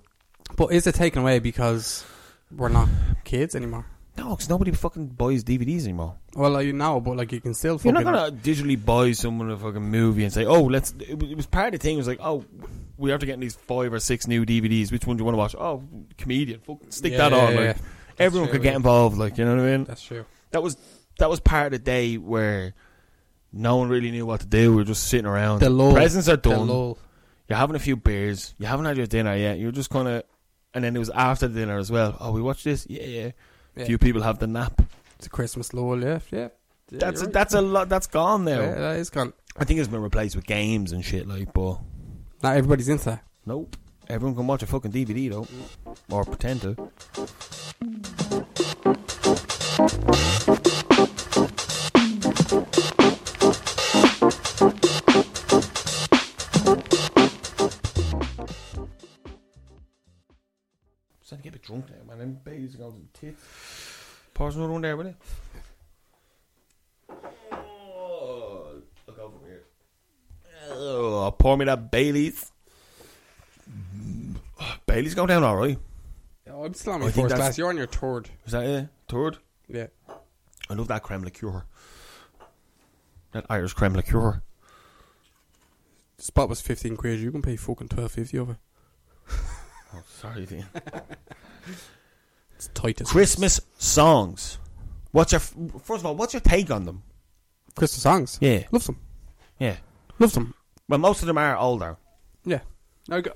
But is it taken away because we're not kids anymore? no, because nobody fucking buys DVDs anymore. Well, like, you know, but like you can still. You're not fucking- gonna digitally buy someone a fucking movie and say, "Oh, let's." It was- it was part of the thing. It was like, "Oh, we have to get these five or six new DVDs. Which one do you want to watch? Oh, comedian. Fuck, stick Yeah, that on. yeah, like, yeah. everyone true, could get yeah. involved. Like, you know what I mean? That's true. That was that was part of the day where no one really knew what to do. We were just sitting around. The lull. presents are The done. lull. You're having a few beers. You haven't had your dinner yet. You're just kind of, and then it was after dinner as well. Oh, we watched this. Yeah, yeah. Yeah. Few people have the nap. It's a Christmas lull. Yeah, yeah. Yeah, that's a, you're right. that's a lot. That's gone now. Yeah, that is gone. I think it's been replaced with games and shit like, but Not everybody's into that. nope. Everyone can watch a fucking DVD though, or pretend to. Starting to get a bit drunk now, man. Them babies are going to the tits. Pause another one there, will you? Oh, look over here. Oh, pour me that Bailey's. Bailey's going down E. all right. I'm still on my I think fourth that's- class. You're on your third. Is that it? Third? Yeah. I love that creme liqueur. That Irish creme liqueur. Spot was 15 quid. You can pay fucking 12.50 over. Oh, sorry, Ian. It's tight as Christmas songs. What's your first of all? What's your take on them? Christmas songs. Yeah. Loves them. Yeah. Loves them. Well, most of them are older. Yeah. I, g-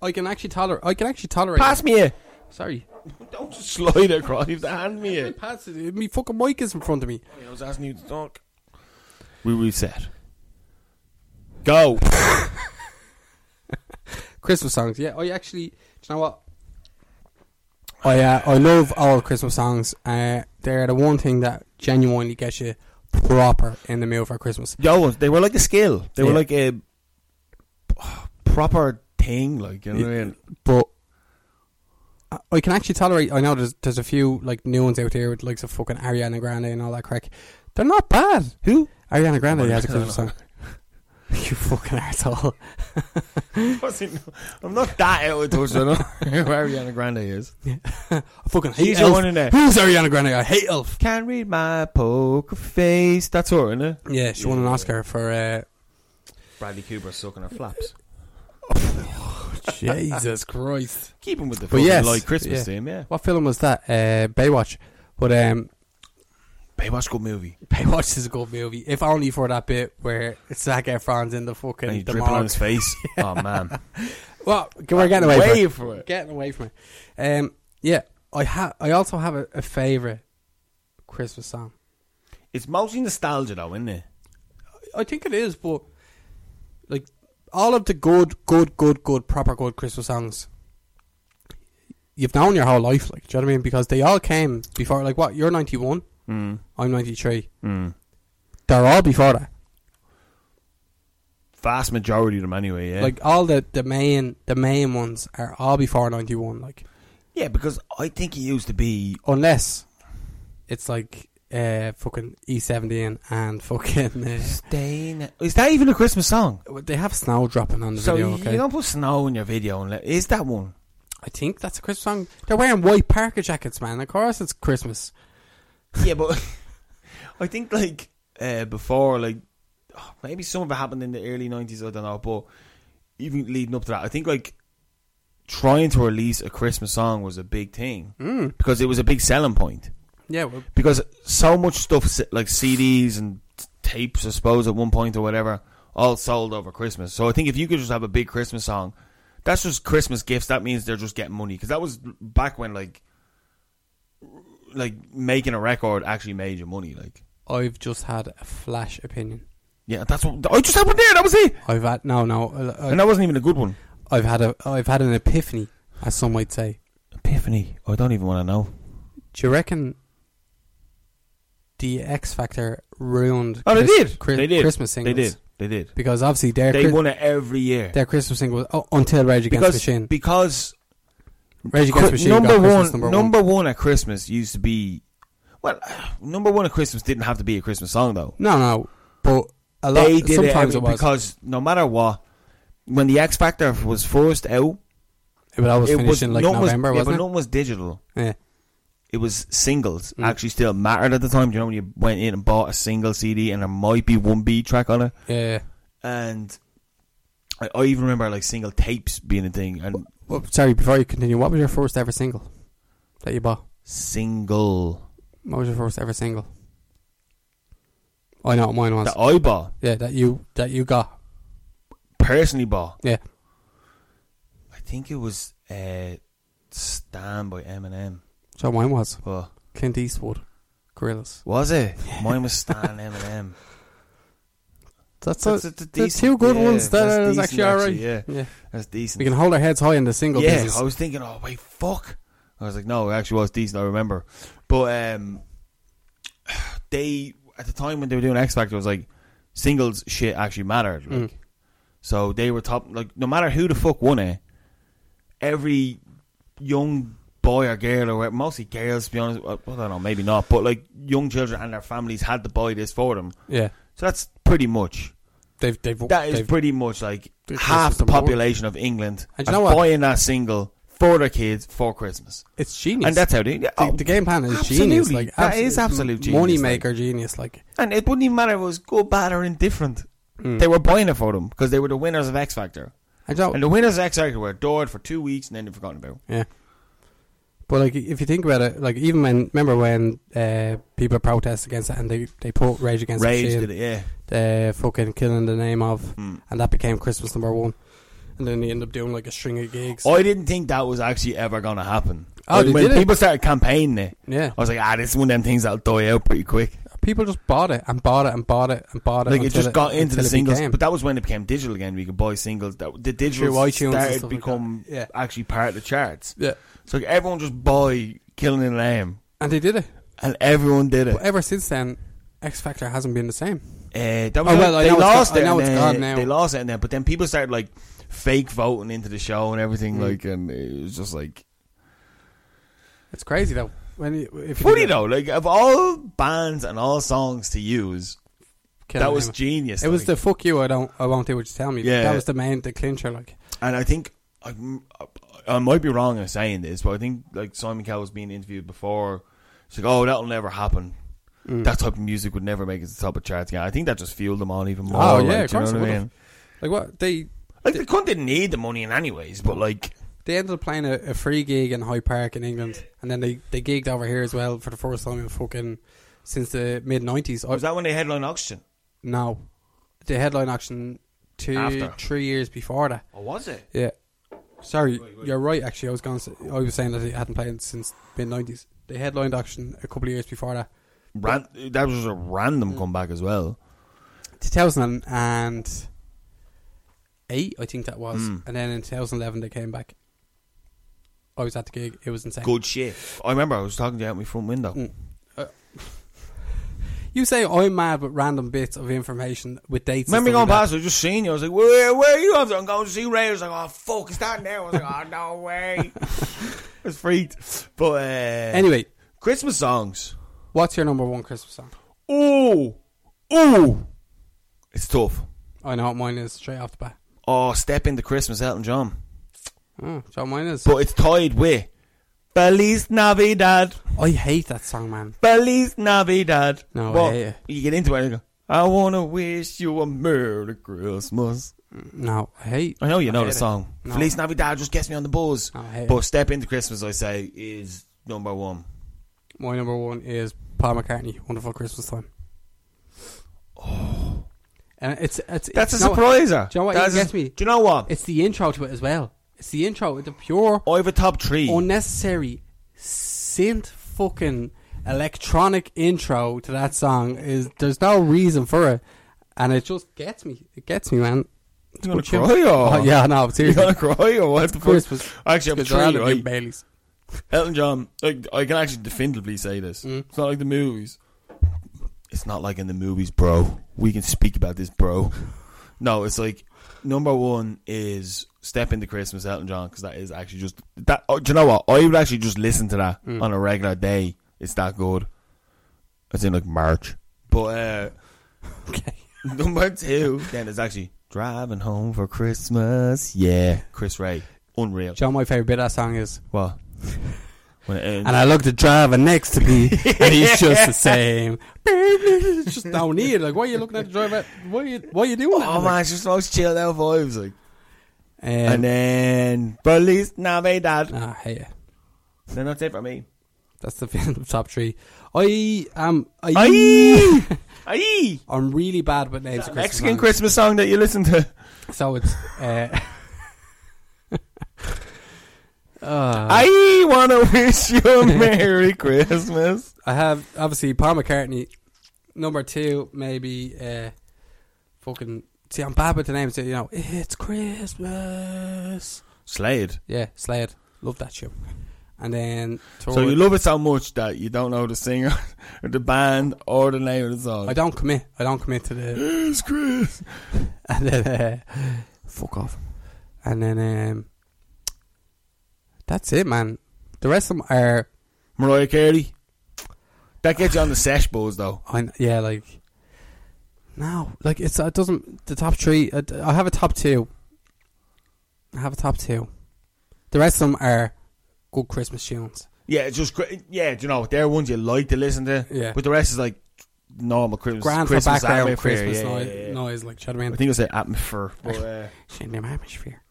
I can actually tolerate. I can actually tolerate. Pass them. me a. Sorry. Don't just slide across. You have to hand me I a. pass it. Me fucking mic is in front of me. I was asking you to talk. We reset. Go. Christmas songs. Yeah, I actually. Do you know what? I uh, I love all Christmas songs. Uh, they're the one thing that genuinely gets you proper in the mood for Christmas. Yo, they were like a skill. They were Yeah. like a oh, proper thing. Like you know what I mean? But I- I can actually tolerate. I know there's there's a few like new ones out there with likes of fucking Ariana Grande and all that crack. They're not bad. Who? Ariana Grande has a I don't Christmas song. you fucking asshole. Wasn't- I'm not that out of touch. I don't know who Ariana Grande is. I fucking hate She's the Elf. one in there. Who's Ariana Grande? I hate Elf. Can't read my poker face. That's her, isn't it? Yeah, she won an Oscar for uh, Bradley Cooper sucking her flaps. Jesus Christ. Keep him with the But fucking yes, light Christmas yeah. theme, yeah. What film was that? Uh, Baywatch. But um, Baywatch good movie. Baywatch is a good movie, if only for that bit where Zac Efron's in the And fucking he's the dripping on morgue. his face. Oh man, Well, we're getting away from Way it. for it. Getting away from it. Um, yeah, I ha- I also have a, a favorite Christmas song. It's mostly nostalgia, though, isn't it? I think it is, but like all of the good, good, good, good, proper good Christmas songs. You've known your whole life, like, do you know what I mean? Because they all came before, like, what? You're 91, Mm. I'm 93. Mm. They're all before that. Vast majority of them, anyway. Yeah. Like, all the, the main the main ones are all before 91, like, yeah, because I think he used to be unless it's like uh, fucking E17 and fucking. Uh, Stain. Is that even a Christmas song? they have snow dropping on the So video, you, okay? you don't put snow in your video, unless is that one? I think that's a Christmas song. They're wearing white parka jackets, man. Of course it's Christmas. yeah, but I think like uh, before, like oh, maybe some of it happened in the early nineties. I don't know, but even leading up to that, I think like trying to release a Christmas song was a big thing Mm. because it was a big selling point. Yeah, well, Because so much stuff, s- like CDs and t- tapes, I suppose, at one point or whatever, all sold over Christmas. So I think if you could just have a big Christmas song, that's just Christmas gifts. That means they're just getting money because that was back when like like making a record actually made you money. Like I've just had a flash opinion. yeah, that's what I just had one there. That was it, I've had no, no. I, and that wasn't even a good one. I've had a, I've had an epiphany, as some might say. Epiphany. I don't even want to know. Do you reckon the X Factor ruined? Oh, they Chris- did. Chris- they did. Christmas singles. They did. They did. because obviously their They Chris- won it every year their Christmas single oh, until Rage Against because the Machine. because Rage Against the Cri- Machine number got Christmas one, number, one. number one at Christmas used to be, well, number one at Christmas didn't have to be a Christmas song though. No, no, but a lot. They did sometimes it, it, was. because no matter what, when the X Factor was first out, it would always it finish was in like nothing November, was, yeah, but wasn't it? nothing was digital. yeah. It was singles. Mm. Actually, still mattered at the time. Do you know when you went in and bought a single CD and there might be one beat track on it, yeah. and I, I even remember like single tapes being a thing and Well, sorry, before you continue, what was your first ever single that you bought? single What was your first ever single? I know what mine was. that I bought yeah, that you that you got. personally bought. Yeah. I think it was uh, "Stand" by Eminem. So mine was But Clint Eastwood, Gorillas. was it? Mine was "Stand" Eminem. That's, That's a, a- that's the decent, two good yeah, ones. that's That is decent, actually alright. actually, yeah. yeah. That's decent. We can hold our heads high in the single yeah, business. I was thinking, oh wait, fuck. I was like, no, it actually was decent. I remember, but um, they at the time when they were doing X Factor, it was like singles shit actually mattered. Like, Mm. So they were top. Like no matter who the fuck won it, every young boy or girl or whatever- mostly girls, to be honest, well, I don't know, maybe not, but like young children and their families had to buy this for them. Yeah, So that's pretty much. they've they've That is they've- pretty much like They've half purchased the them all. population of England And you are know what? buying that single for their kids for Christmas, it's genius. and that's how they. Yeah, the, oh, the game plan is genius. absolutely. Like That is absolute genius, money like. maker genius. Like and it wouldn't even matter if it was good, bad, or indifferent. Mm. They were buying it for them because they were the winners of X Factor, I don't. and the winners of X Factor were adored for two weeks and then they were forgotten about. Yeah. But like, if you think about it, like even when remember when uh, people protest against it and they they put Rage Against Rage the did Machine, it, yeah. uh, fucking killing the name of, Mm. and that became Christmas number one. And then they end up doing like a string of gigs. I didn't think that was actually ever going to happen. Oh, Like, they when did it? people started campaigning it, yeah, I was like, ah, this is one of them things that'll die out pretty quick. people just bought it and bought it and bought it and bought it. Like it until just got into until the it singles, became. but that was when it became digital again. We could buy singles. That the digital Through iTunes and started stuff like become that. Yeah. actually part of the charts. yeah, So like, everyone just buy Killing a Lamb, and they did it. and everyone did it. But ever since then, X Factor hasn't been the same. Uh, that was Oh, well, I they know it's lost go- I it. know and it's then- gone now. They lost it, and then but then people started like fake voting into the show and everything. Mm. Like, and it was just like It's crazy though. When you, if you funny think about though. Like of all bands and all songs to use, Kill that the was Name. genius. It was like. the fuck you. I don't. I won't do what you tell me. Yeah. that was the main the clincher. Like and I think I, I might be wrong in saying this, but I think like Simon Cowell was being interviewed before. It's like, oh, that'll never happen. Mm. That type of music would never make it to the top of charts. Yeah, I think that just fueled them on even more. Oh, like, yeah, of do you know course it what I would've. mean? like what they Like the cunt didn't need the money in anyways, but like, they ended up playing a, a free gig in Hyde Park in England, and then they they gigged over here as well for the first time in fucking since the mid nineties. was that when they headline Oxygen? No, the headline action two After. three years before that. Or was it? Yeah, sorry, you're right. Actually, I was going. To, I was saying that they hadn't played since mid nineties. They headlined action a couple of years before that. Ran- that was a random comeback as well. 2008, I think that was. Mm. And then in 2011, they came back. I was at the gig. It was insane. Good shit. I remember I was talking to you out my front window. Mm. You say I'm mad with random bits of information with dates. and Remember stuff going like past, I just seen you. I was like, where, where are you? I was like, I'm going to see Ray. I was like, oh, fuck, it's that now. I was like, oh, no way. I was freaked. But, uh, that. Anyway, Christmas songs. what's your number one Christmas song? Ooh. Ooh. It's tough. I know what mine is straight off the bat. Oh, Step Into Christmas, Elton John. Oh, so mine is. But it's tied with Feliz Navidad. I hate that song, man. Feliz Navidad. No, I hate it. you get into it and you go, I want to wish you a Merry Christmas. No, I hate. I know you know hate the it. song. No. Feliz Navidad just gets me on the buzz. No, I hate But Step Into Christmas, I say, is number one. My number one is Paul McCartney, Wonderful Christmas Time. And it's it's Oh. That's a you know what- surpriser. do you know what That's even a- gets me? Do you know what? It's the intro to it as well. It's the intro. The pure I have a top three. unnecessary synth fucking electronic intro to that song is there's no reason for it, and it just gets me. It gets me, man. It's You gonna good shit. cry or- Oh, yeah, no, you seriously. gonna cry or what? The fuck? Chris was actually, I'm Because I'll three, have right? been Bailey's. Elton John, like, I can actually definitively say this. It's not like the movies. It's not like in the movies, bro. We can speak about this, bro. No, it's like number one is Step Into Christmas, Elton John, because that is actually just that. Oh, do you know what? I would actually just listen to that on a regular day. It's that good. It's in like March, but uh, Okay. number two then is actually Driving Home for Christmas. Yeah, Chris Ray, unreal. John, my favorite bit of that song is, What? When it ends. and I looked at driver next to me, and he's just the same. it's just no need. Like, why are you looking at the driver? Why are you, why are you doing that? Oh man, it's just those chilled out vibes. Like, And, and then police Navidad. ah, hey, yeah. Then that's it for me. that's the end of top three. I am. I, Aye. Aye. I'm really bad with names. of Christmas Mexican songs. Christmas song that you listen to. So it's. Uh, uh, I wanna wish you a Merry Christmas. I have obviously Paul McCartney, number two, maybe uh, fucking. See, I'm bad with the names. You know, it's Christmas. Slade. Yeah, Slade, love that show. And then So you toward- love it so much that you don't know the singer, or the band, or the name of the song. I don't commit. I don't commit to the. It's Chris. And then uh, fuck off. And then um, that's it, man. The rest of them are Mariah Carey. That gets you on the sesh balls though. I kn- yeah, like no, like it's it doesn't the top three. I, I have a top two. I have a top two. The rest of them are good Christmas tunes. Yeah, it's just cri- yeah. Do you know there are ones you like to listen to? Yeah. but the rest is like normal Christmas. Grand for Christmas background atmosphere, Christmas yeah, noise, yeah, yeah. noise, like do you know what I I mean? think I said atmosphere. But, uh, Shouldn't be my atmosphere.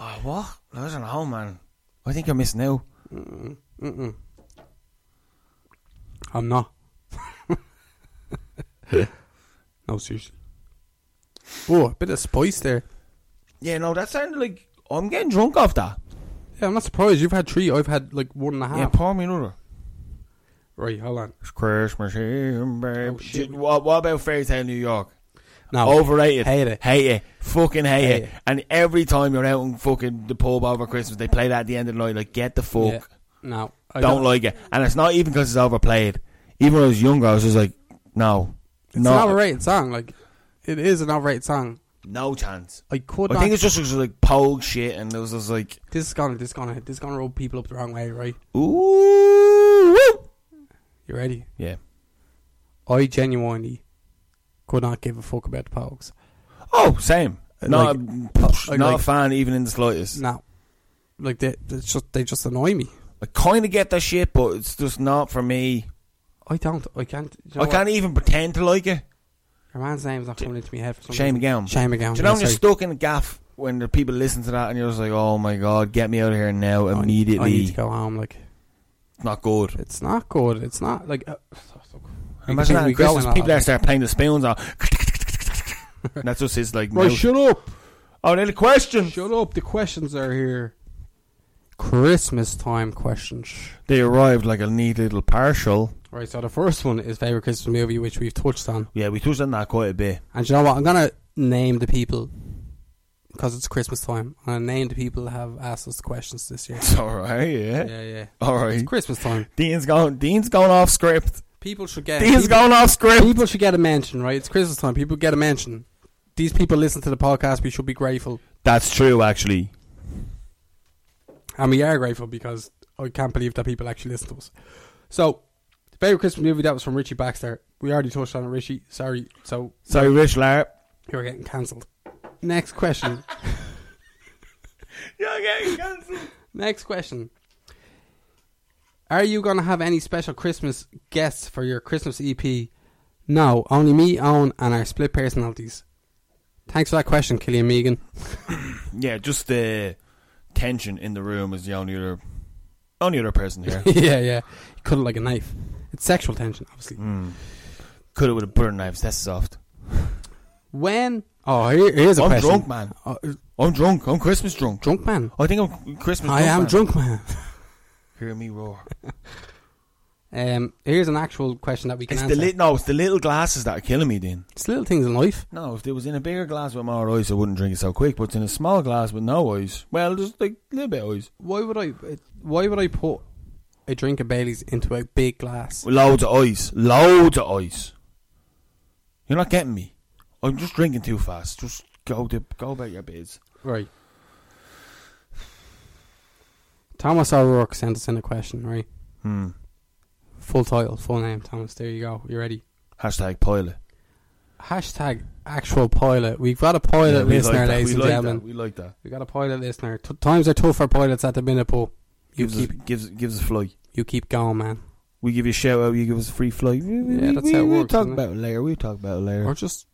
oh, what? I don't know, man. I think you're missing out. Mm-mm. I'm not. no seriously. Oh, a bit of spice there. Yeah, no, that sounded like I'm getting drunk off that. Yeah, I'm not surprised. You've had three. I've had like one and a half. Yeah, pour me another. right, hold on. It's Christmas here, babe. Oh, shit. Did- what, what about Fairy Tale New York? No, Overrated. Hate it. Oh, Hate it. Fucking hate, Hate it. it. And every time you're out in fucking the pub over Christmas, they play that at the end of the night. Like, get the fuck. Yeah. No, I don't like it. And it's not even because it's overplayed. Even when I was younger, I was just like, no. It's no, an overrated song. Like, it is an overrated song. no chance. I could I not. think it's just 'cause it was like pogue shit, and it was just like, this is gonna, this is gonna, this is gonna roll people up the wrong way, right? ooh, woo. You ready? yeah. I genuinely could not give a fuck about the Pogues. Oh, same. Not, a, like- not a fan, even in the slightest. No, like they, they just, they just annoy me. I kind of get that shit, but it's just not for me. I don't. I can't. do you I know can't even pretend to like it. What? Your man's name's not coming into my head for some Shame reason. again. Shame again. Do you know yeah, when you're sorry. stuck in a gaff when the people listen to that and you're just like, oh my god, get me out of here now I- I need to immediately? go home. Like, Not good. it's not good. It's not like. Uh, Imagine that we at go Christmas, and all people that. there start playing the spoons on. And that's just his like. Right, mouth. shut up. oh, any questions? Shut up. The questions are here. Christmas time questions. They arrived like a neat little partial. Right, so the first one is favorite Christmas movie, which we've touched on. Yeah, we touched on that quite a bit. And do you know what? I'm gonna name the people because it's Christmas time. I'm gonna name the people that have asked us the questions this year. It's all right, yeah. yeah, yeah. All right. It's Christmas time. Dean's going. Dean's going off script. People should get Dean's people, going off script. people should get a mention, right? It's Christmas time. People get a mention. These people listen to the podcast. We should be grateful, That's true, actually. and we are grateful because I can't believe that people actually listen to us. So, the favorite Christmas movie that was from Richie Baxter. We already touched on it, Richie. Sorry. So Sorry, Rich Larp. you're getting cancelled. Next question. You're getting cancelled. Next question. Are you going to have any special Christmas guests for your Christmas EP? No, only me, Owen, and our split personalities. Thanks for that question, Killian Megan. Yeah, just the tension in the room is the only other, only other person here. Mm. yeah, yeah. He cut it like a knife. It's sexual tension, obviously. Cut it with a butter knife. That's soft. When? Oh, here, here's a I'm question. drunk, man. Oh, uh, I'm drunk. I'm Christmas drunk. drunk man. I think I'm Christmas. I am man. drunk man. Hear me roar. Um, here's an actual question that we can It's answer. the lit. No, it's the little glasses that are killing me. Then it's little things in life. no, if it was in a bigger glass with more ice, I wouldn't drink it so quick. But it's in a small glass with no ice. Well, just like a little bit of ice. Why would I? uh, Why would I put a drink of Bailey's into a big glass? With loads of ice. Loads of ice. You're not getting me. I'm just drinking too fast. Just go to go about your biz. Right. Thomas O'Rourke sent us in a question. Right. Hmm. Full title, full name, Thomas. There you go. You ready? Hashtag pilot. Hashtag actual pilot. We've got a pilot Yeah, we listener, like that. ladies we and like gentlemen. That. We like that. We've got a pilot listener. T- times are tough for pilots at the minute, but you Gives keep us, gives gives us a flight. you keep going, man. We give you a shout out. You give us a free flight. We, we- Yeah, that's we, how it we works, talk isn't it? about it later. We talk about Or it later. just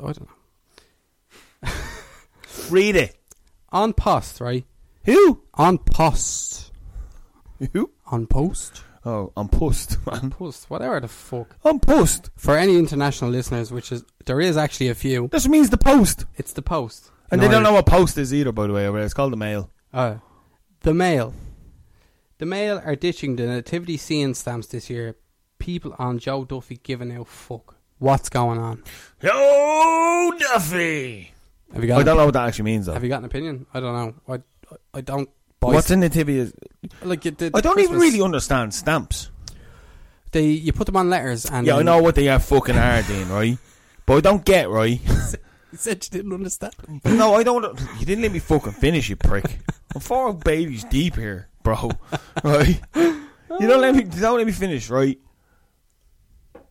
I don't know. Read it. On post, right? Who? On post. Who? On post. Oh, I'm post, On man. post. Whatever the fuck. I'm post. For any international listeners, which is there is actually a few. This means the post. It's the post. And In they don't know Ireland. what post is either, by the way. Over there. It's called the mail. Uh, the mail. The mail are ditching the nativity scene stamps this year. People on Joe Duffy giving out fuck. What's going on? Yo, Duffy. Have you I got? don't An, know what that actually means though. have you got an opinion? I don't know. I I don't. Buy What's in nativity? Is, Like you did. I don't even Christmas- really understand stamps. They you put them on letters and yeah, I then- know what they are fucking are, then, right? But I don't get right. You said you didn't understand. No, I don't. You didn't let me fucking finish, you prick. I'm four babies deep here, bro. Right? You don't let me. You don't let me finish, right?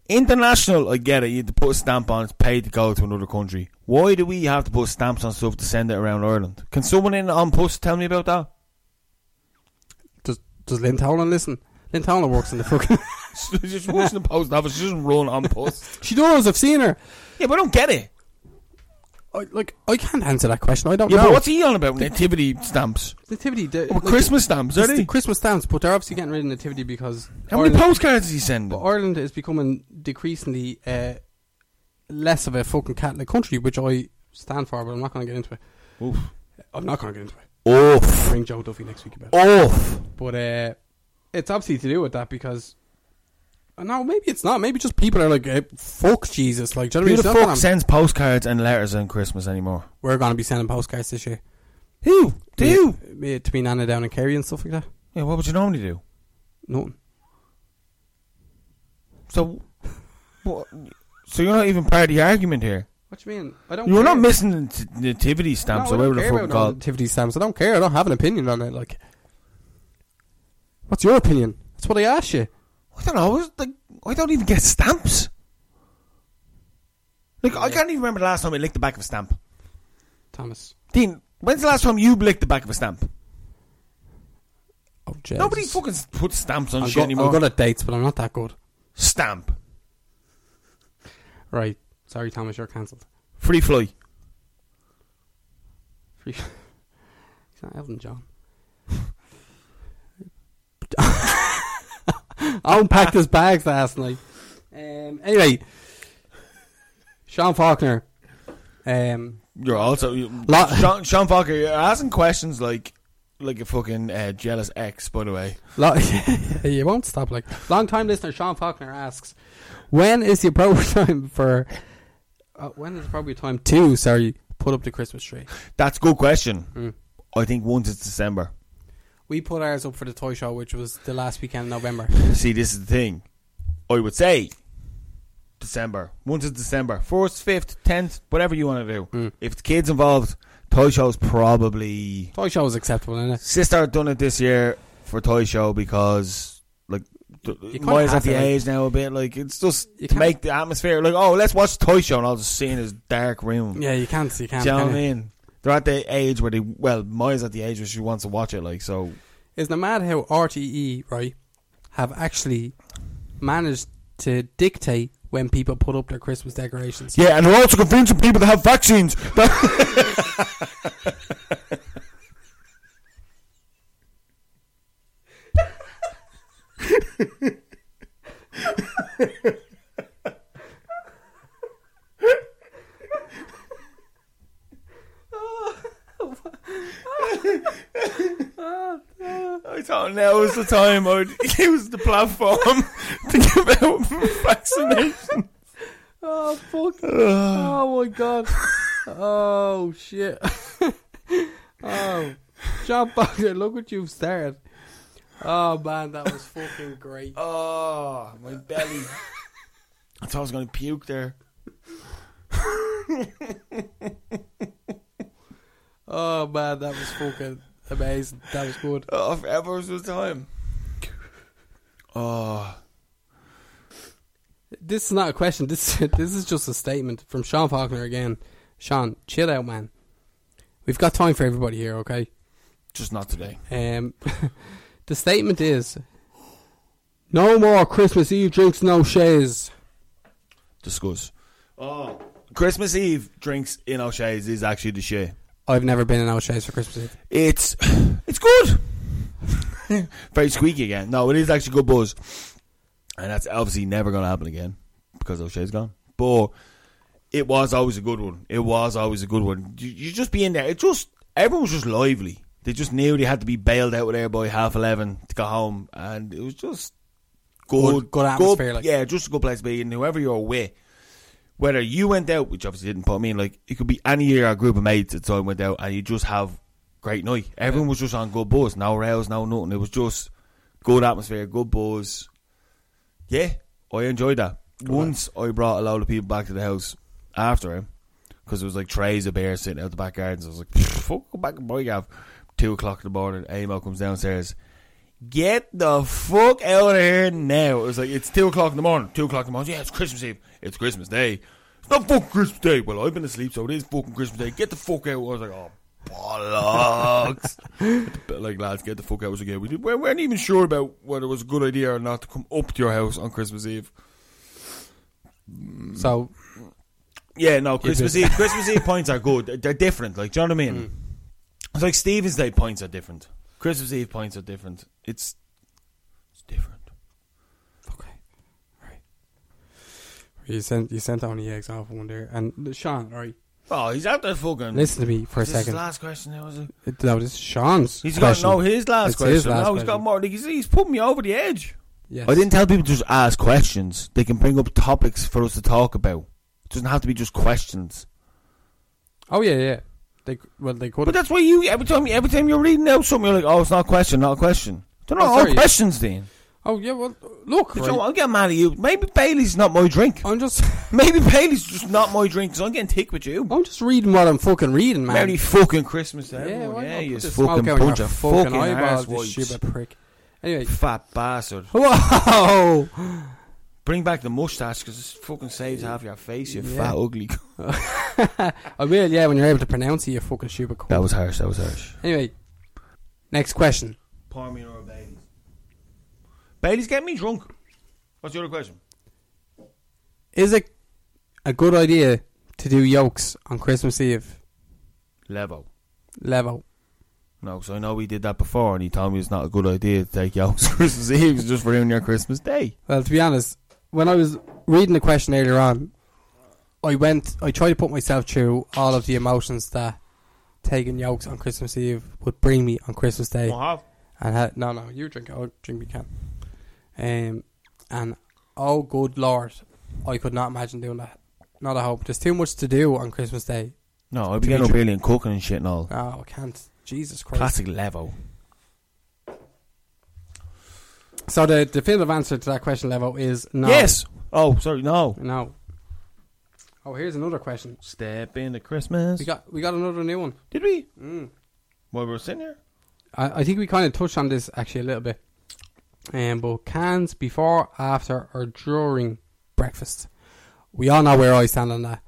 International, I get it. You have to put a stamp on. It's paid to go to another country. Why do we have to put stamps on stuff to send it around Ireland? Can someone in on post tell me about that? Does does Lynn Tolan listen? Lynn Tolan works in the fucking. Just works in the post office. She doesn't run on post. she knows. I've seen her. Yeah, but I don't get it. I, like I can't answer that question. I don't Yeah, know. but what's he on about? Nativity stamps, nativity? The, Or Christmas stamps, are It's the they? Christmas stamps, but they're obviously getting rid of nativity because How many Ireland, postcards is he sending? Ireland is becoming decreasingly uh, less of a fucking Catholic country, which I stand for. But I'm not going to get into it. Oof. I'm not going to get into it. Off, Bring Joe Duffy next week about. it. off. But uh, it's obviously to do with that because. uh, No, maybe it's not. Maybe just people are like, eh, "Fuck Jesus!" Like, do you know Who what the I mean? It's not that fuck I'm- sends postcards and letters on Christmas anymore? We're gonna be sending postcards this year. Who? Do Me- you? me- to be Nana down in Kerry and stuff like that. Yeah, what would you normally do? Nothing. So, what, so you're not even part of the argument here. What do you mean? I don't. You're care. not missing the t- nativity stamps No, or I don't whatever the care fuck about no called. nativity stamps. I don't care. I don't have an opinion on it. Like, what's your opinion? That's what I asked you. I don't know. it's Like, I don't even get stamps. Like, I can't even remember the last time I licked the back of a stamp. Thomas. Dean, when's the last time you licked the back of a stamp? Oh, Jesus. Nobody fucking s- puts stamps on I'm, shit go- anymore. I'm good at dates, but I'm not that good. Stamp. Right. Sorry, Thomas. You're cancelled. Free fly. Free. He's not Elton John. I unpacked his bags last night. Um, anyway, Sean Faulkner. Um, You're also you, Lot- Sean, Sean Falker. You're asking questions like like a fucking uh, jealous ex. By the way, lo- you won't stop. Like long time listener, Sean Faulkner asks, "When is the appropriate time for? Uh, when is the appropriate time to? Sorry, put up the Christmas tree. that's a good question. Mm. I think once it's December. We put ours up for the toy show, which was the last weekend in November. See, this is the thing. I would say December. Once it's December, first, fifth, tenth, whatever you want to do. Mm. If the kids involved, toy show's probably Toy show was acceptable, isn't it? sister done it this year for toy show because like th- kinda Maya's have at the to, like- age now a bit like it's just You to can't- make the atmosphere like oh let's watch toy show and I'll just sit in this dark room. Yeah, you can't. You can't. Do you know can what I you? mean? They're at the age where they well, Maya's at the age where she wants to watch it. Like so, Isn't it mad how RTE right have actually managed to dictate when people put up their Christmas decorations? yeah, and they're also convincing people to have vaccines. I thought now was the time I'd use the platform to give out vaccination. Oh fuck! Ugh. Oh my god! Oh shit! oh, John Bogdan, look what you've started! Oh man, that was fucking great. Oh, my belly. I thought I was going to puke there. Oh man, that was fucking amazing. That was good. Oh, forever was the time. Oh, This is not a question. This this is just a statement from Sean Faulkner again. Sean, chill out, man. We've got time for everybody here, okay? just not today. Um, the statement is: No more Christmas Eve drinks, no shays. Discuss. Oh, Christmas Eve drinks in O'Shea's is actually the shit. I've never been in O'Shea's for Christmas Eve. It's it's good. Very squeaky again. No, it is actually good buzz, and that's obviously never going to happen again because O'Shea's gone. But it was always a good one. It was always a good one. You, you just be in there. It just everyone was just lively. They just knew they had to be bailed out there by half eleven to go home, and it was just good, Good- good atmosphere, like. yeah, just a good place to be. And whoever you're with, whether you went out, which obviously didn't put me in, like it could be any year our group of mates at the time went out and you just have great night. Everyone was just on good buzz, no rails, no nothing. It was just good atmosphere, good buzz. Yeah, I enjoyed that. Once I brought a load of people back to the house after him because it was like trays of beer sitting out the back gardens. I was like, fuck, go back and buy Gav. Two o'clock in the morning, Amo comes downstairs. Get the fuck out of here now. It was like, it's two o'clock in the morning. Two o'clock in the morning. Yeah, it's Christmas Eve. It's Christmas Day. It's not fucking Christmas Day. Well, I've been asleep, so it is fucking Christmas Day. Get the fuck out. I was like, oh, bollocks. But, like, lads, get the fuck out again. We, did- we weren't even sure about whether it was a good idea or not to come up to your house on Christmas Eve. Mm. So Yeah, no, Christmas Eve. Christmas Eve pints are good. They're- They're different. Like, do you know what I mean? It's like Stevens Day pints are different. Christmas Eve pints are different. It's it's different. Okay. Right. You sent you sent on the eggs off one there, and Sean. All right, Oh, he's out there fucking. listen to me for a Is this his second. last question. Now, is it? It- no, this is Sean's. He's question. got no. His last It's question. his last no, he's got question. more. Like, he's, he's putting me over the edge. Yes. I didn't tell people to just ask questions. They can bring up topics for us to talk about. It doesn't have to be just questions. Oh yeah, yeah. They well they could. But that's why you every time every time you're reading out something, you're like, oh, it's not a question, not a question. They're not Oh, all sorry. questions, then. oh yeah, well look. But Right, you know what, I'll get mad at you. Maybe Bailey's not my drink. I'm just Maybe Bailey's just not my drink because I'm getting thick with you. I'm just reading what I'm fucking reading, man. Merry fucking Christmas eh? to yeah, everyone. why yeah, not? you Put the smoke fucking out your bunch of fucking, fucking eyeballs, you arse wipes. stupid prick. Anyway, Fat bastard. whoa. Bring back the mustache because it fucking saves half your face, you Yeah. fat ugly. c- I will, yeah. When you're able to pronounce it, you fucking stupid. cunt. That was harsh, that was harsh. Anyway, next question. Pour me another Bailey's. Bailey's getting me drunk. What's the other question? Is it a good idea to do yolks on Christmas Eve? Levo. Level. No, so I know we did that before and he told me it's not a good idea to take yolks Christmas Eve, it's just ruining your Christmas day. Well, to be honest, when I was reading the question earlier on, I went, I tried to put myself through all of the emotions that taking yolks on Christmas Eve would bring me on Christmas Day. Won't have. And had, no, no, you drink it. I'll drink me can. Um, and oh, good lord, I could not imagine doing that. Not a hope. There's too much to do on Christmas Day. No, I'd To be be getting up true. early and cooking and shit and all. Oh, I can't. Jesus Christ. Classic Levo. So the definitive answer to that question, Levo, is no. Yes. Oh, sorry, no. No. Oh, here's another question. Step into Christmas. We got we got another new one. Did we? Mm. While we were sitting here? I, I think we kind of touched on this actually a little bit. Um, but cans before, after, or during breakfast. We all know where I stand on that.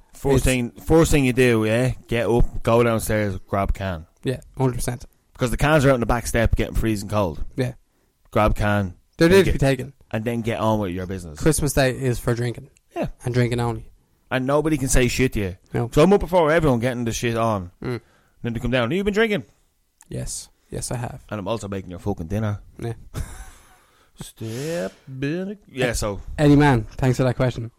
It's- First thing, first thing you do, yeah, get up, go downstairs, grab can Yeah, hundred percent. because the cans are out on the back step, getting freezing cold. Yeah, Grab can, they're Take there to it. be taken. and then get on with your business. Christmas Day is for drinking Yeah, and drinking only. and nobody can say shit to you. No. So I'm up before everyone, getting the shit on. Mm. Then they come down. You've been drinking, Yes, yes, I have. and I'm also making your fucking dinner. Yeah. Step in. Yeah. So Eddie man, thanks for that question.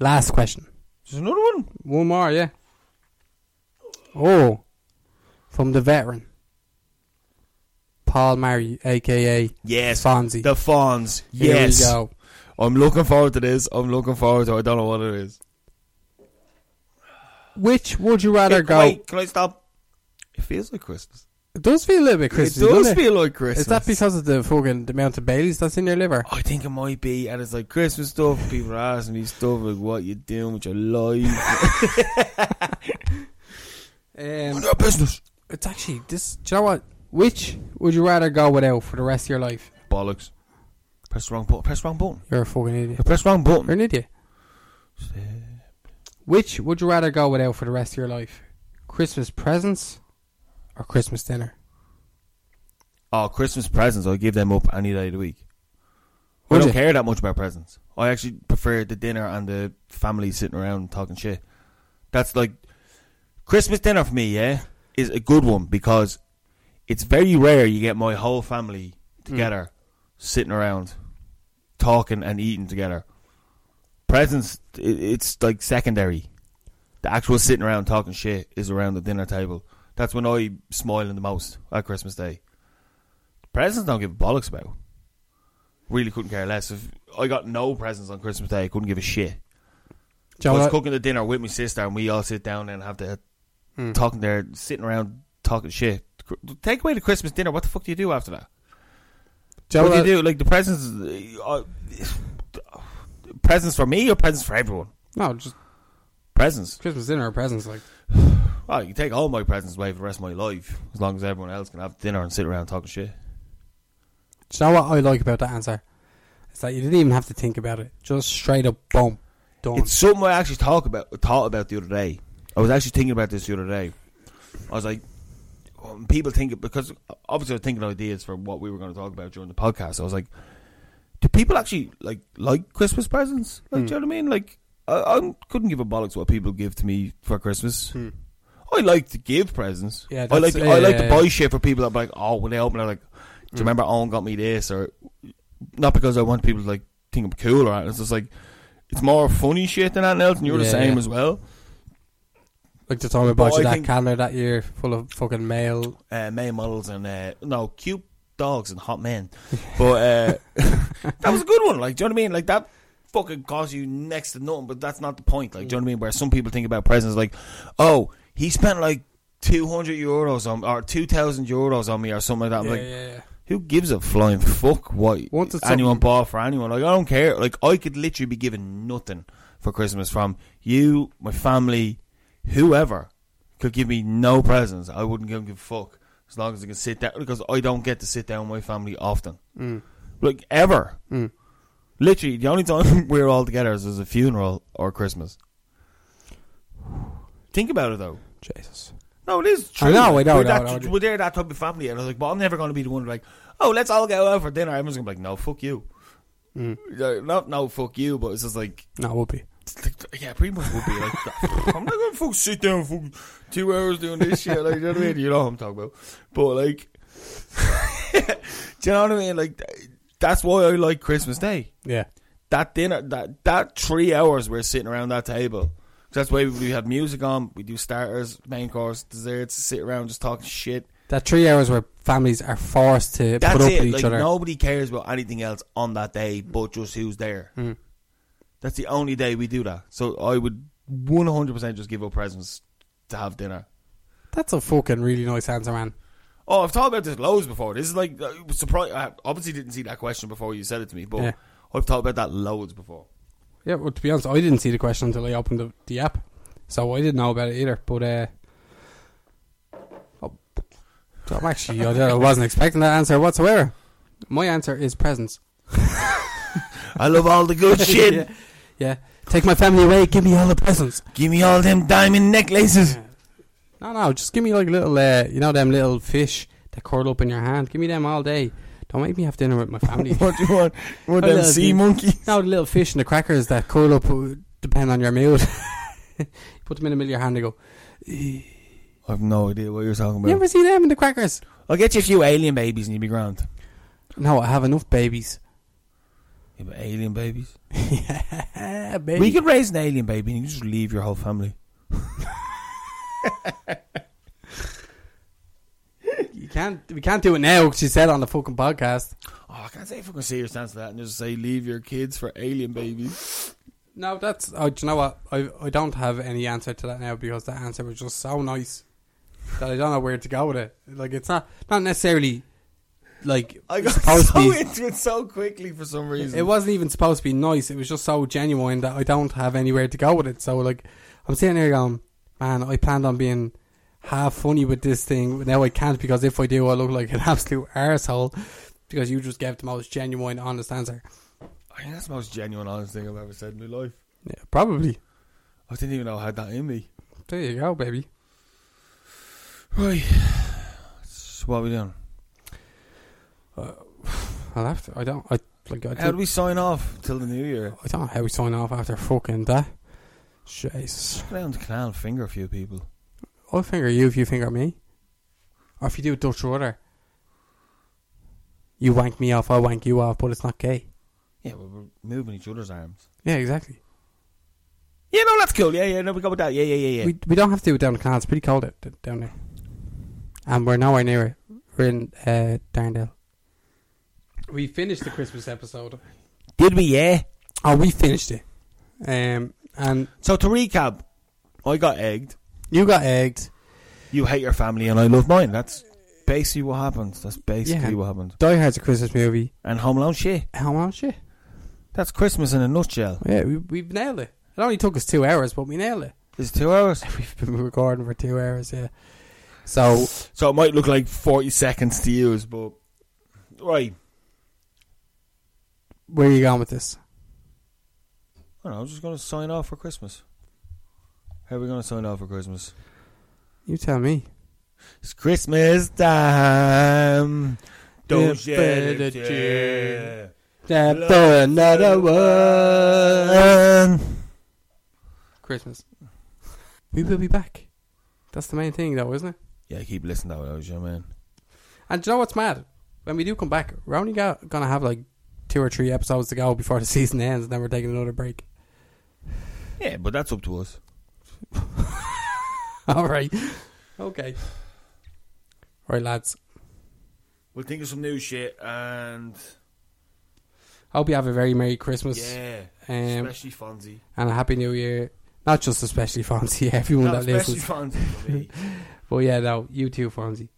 Last question. there's another one. One more, yeah. Oh, from the veteran. Paul Murray, aka Yes, Fonzie. the Fonz. Here Yes, we go. I'm looking forward to this. I'm looking forward to. I don't know what it is. Which would you rather go? Wait, can I stop? It feels like Christmas. It does feel a little bit crispy. it doesn't does feel like Christmas. Is that because of the fucking the amount of Baileys that's in your liver? I think it might be, and it's like Christmas stuff. People are asking me stuff like, "What you doing with your life?" Um, your business. it's actually this. Do you know what? Which would you rather go without for the rest of your life? Bollocks. Press the wrong button. Press the wrong button. You're a fucking idiot. I pressed the wrong You're button. an idiot. Which would you rather go without for the rest of your life? Christmas presents or Christmas dinner? Oh, Christmas presents. I give them up any day of the week. I Would don't you? care that much about presents. I actually prefer the dinner and the family sitting around talking shit. That's like Christmas dinner for me. Yeah, is a good one because it's very rare you get my whole family Hmm. together sitting around talking and eating together. Presents, i- it's like secondary. The actual sitting around talking shit is around the dinner table. That's when I smiling the most at Christmas Day. Presents don't give a bollocks about. Really couldn't care less. If I got no presents on Christmas Day, I couldn't give a shit. Do you know I was what? cooking the dinner with my sister, and we all sit down and have the talking there, sitting around talking shit. Cr- Take away the Christmas dinner. What the fuck do you do after that? Do you know what do you what? do? Like the presents, uh, presents for me or presents for everyone? No, just Presents. Christmas dinner or presents. Like Oh, you can take all my presents away for the rest of my life as long as everyone else can have dinner and sit around talking shit. Do you know what I like about that answer? It's that you didn't even have to think about it. Just straight up, boom, done. It's something I actually talk about thought about the other day. I was actually thinking about this the other day. I was like, when people think because obviously I was thinking ideas for what we were going to talk about during the podcast. I was like, do people actually like like Christmas presents? Like, do you know what I mean? Like, I, I couldn't give a bollocks what people give to me for Christmas. I like to give presents. Yeah, I that's- like to, yeah, I like yeah, to yeah. buy shit for people. I'm like, oh, when they open, it, I'm like, do you remember Owen got me this? Or not because I want people to like think I'm cool or anything. It's just like it's more funny shit than anything else, and you're the Yeah, same yeah. as well. like the time I But bought you I that think- calendar that year, full of fucking mail. uh, male models and uh, no cute dogs and hot men. But uh, that was a good one. Like, do you know what I mean? Like that fucking cost you next to nothing. But that's not the point. Like, do you know what I mean? Where some people think about presents, like, oh, he spent like two hundred euros on or two thousand euros on me or something like that. I'm like, yeah, yeah. who gives a flying fuck what Once it's anyone something- bought for anyone? Like, I don't care. Like, I could literally be given nothing for Christmas from you, my family, whoever could give me no presents. I wouldn't give a fuck as long as I can sit down because I don't get to sit down with my family often. Like, ever. Literally, the only time we're all together is as a funeral or Christmas. Think about it though. Jesus. No, it is true. I know, I know, We're, I know, that, I know. we're there that type of family, and I was like, "But I'm never going to be the one like, oh, let's all go out for dinner." Everyone's gonna be like, "No, fuck you." Yeah, Not no, fuck you, but it's just like, No, it would be. it's like, yeah, pretty much would be like, I'm not gonna fuck sit down for two hours doing this shit. Like, you know what I mean? You know what I'm talking about? But like, do you know what I mean? Like, that's why I like Christmas Day Yeah. that dinner that that three hours we're sitting around that table 'Cause that's why we have music on we do starters main course desserts sit around just talking shit That three hours where families are forced to that's put up it with each like other. nobody cares about anything else on that day but just who's there Mm-hmm. that's the only day we do that so i would 100% just give up presents to have dinner That's a fucking really nice answer, man. Oh, I've talked about this loads before. This is like uh, surprise. I obviously didn't see that question before you said it to me, but Yeah. I've talked about that loads before. Yeah, well, to be honest, I didn't see the question until I opened the, the app, so I didn't know about it either. But uh, oh, so I'm actually, I, don't- I wasn't expecting that answer whatsoever. My answer is presents. I love all the good shit. yeah. yeah, take my family away, give me all the presents. Give me all them diamond necklaces. No, no, just give me like little, uh, you know, them little fish that curl up in your hand. Give me them all day. Don't make me have dinner with my family. What do you want? You want I them love sea you. monkey? No, the little fish and the crackers that curl up uh, depend on your mood. Put them in the middle of your hand and go, I have no idea what you're talking about. you ever see them in the crackers? I'll get you a few alien babies and you'll be grand. No, I have enough babies. Yeah, but alien babies? yeah, baby. We could raise an alien baby and you just leave your whole family. you can't we can't do it now. 'cause She said on the fucking podcast. Oh, I can't say fucking serious stance to that and just say leave your kids for alien babies. No, that's. Oh, do you know what? I I don't have any answer to that now because that answer was just so nice that I don't know where to go with it. Like it's not not necessarily like I got supposed to so be- into it so quickly for some reason. it wasn't even supposed to be nice. It was just so genuine that I don't have anywhere to go with it. So like, I'm sitting here going, man, I planned on being half funny with this thing, but now I can't because if I do, I look like an absolute arsehole because you just gave the most genuine, honest answer. I think that's the most genuine, honest thing I've ever said in my life. Yeah, probably. I didn't even know I had that in me. There you go, baby. Right. So what are we doing? I'll have to. I don't. I like. I, How do do, we sign off till the new year? I don't know how we sign off after fucking that. Jesus. Round the canal and finger a few people. I'll finger you if you finger me. Or if you do a Dutch rudder. You wank me off, I wank you off, but it's not gay. Yeah, well, we're moving each other's arms. Yeah, exactly. Yeah, no, that's cool. Yeah, yeah, no, we go with that. Yeah, yeah, yeah, yeah. We, we don't have to do it down the canal. It's pretty cold out, down there. And we're nowhere near it. We're in uh, Darndale. We finished the Christmas episode. Did we? Yeah. Oh, we finished it. Um, and So to recap, I got egged. you got egged. You hate your family, and I love mine. That's basically what happened. That's basically Yeah. what happened. Die Hard's a Christmas movie. And Home Alone shit. How much? Yeah, That's Christmas in a nutshell. yeah we, we nailed it. It only took us two hours, but we nailed it. It's two hours, We've been recording for two hours, yeah. So, so it might look like forty seconds to use, but right. where are you going with this? I don't know, I'm just going to sign off for Christmas. How are we going to sign off for Christmas? You tell me. It's Christmas time. Don't Yeah, shed a but a tear. That's Love another one. Christmas. We will be back. That's the main thing, though, isn't it? Yeah, keep listening to those, you know, man. And do you know what's mad? When we do come back, we're only got, gonna have like two or three episodes to go before the season ends, and then we're taking another break. Yeah, but that's up to us. All right. Okay. All right, lads. We'll think of some new shit and Hope you have a very merry Christmas yeah, um, especially Fonzie. and a happy New Year. Not just especially Fonzie, everyone No, that especially listens. Fonzie for me. But yeah, no, you too, Fonzie.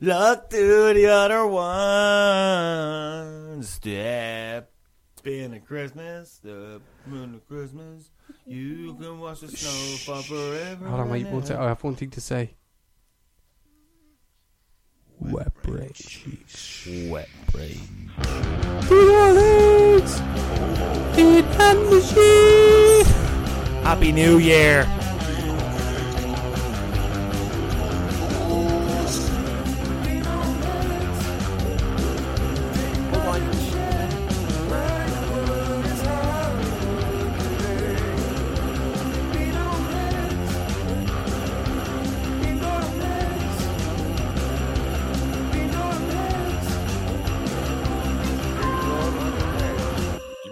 Look to the other one. Step in at Christmas. Step in at Christmas. You can watch the snow fall forever. Hold on, wait. and One sec. Oh, ever. I have one thing to say. Wet break. Wet brain. Happy New Year. Give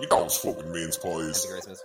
me those fucking mince pies. Christmas.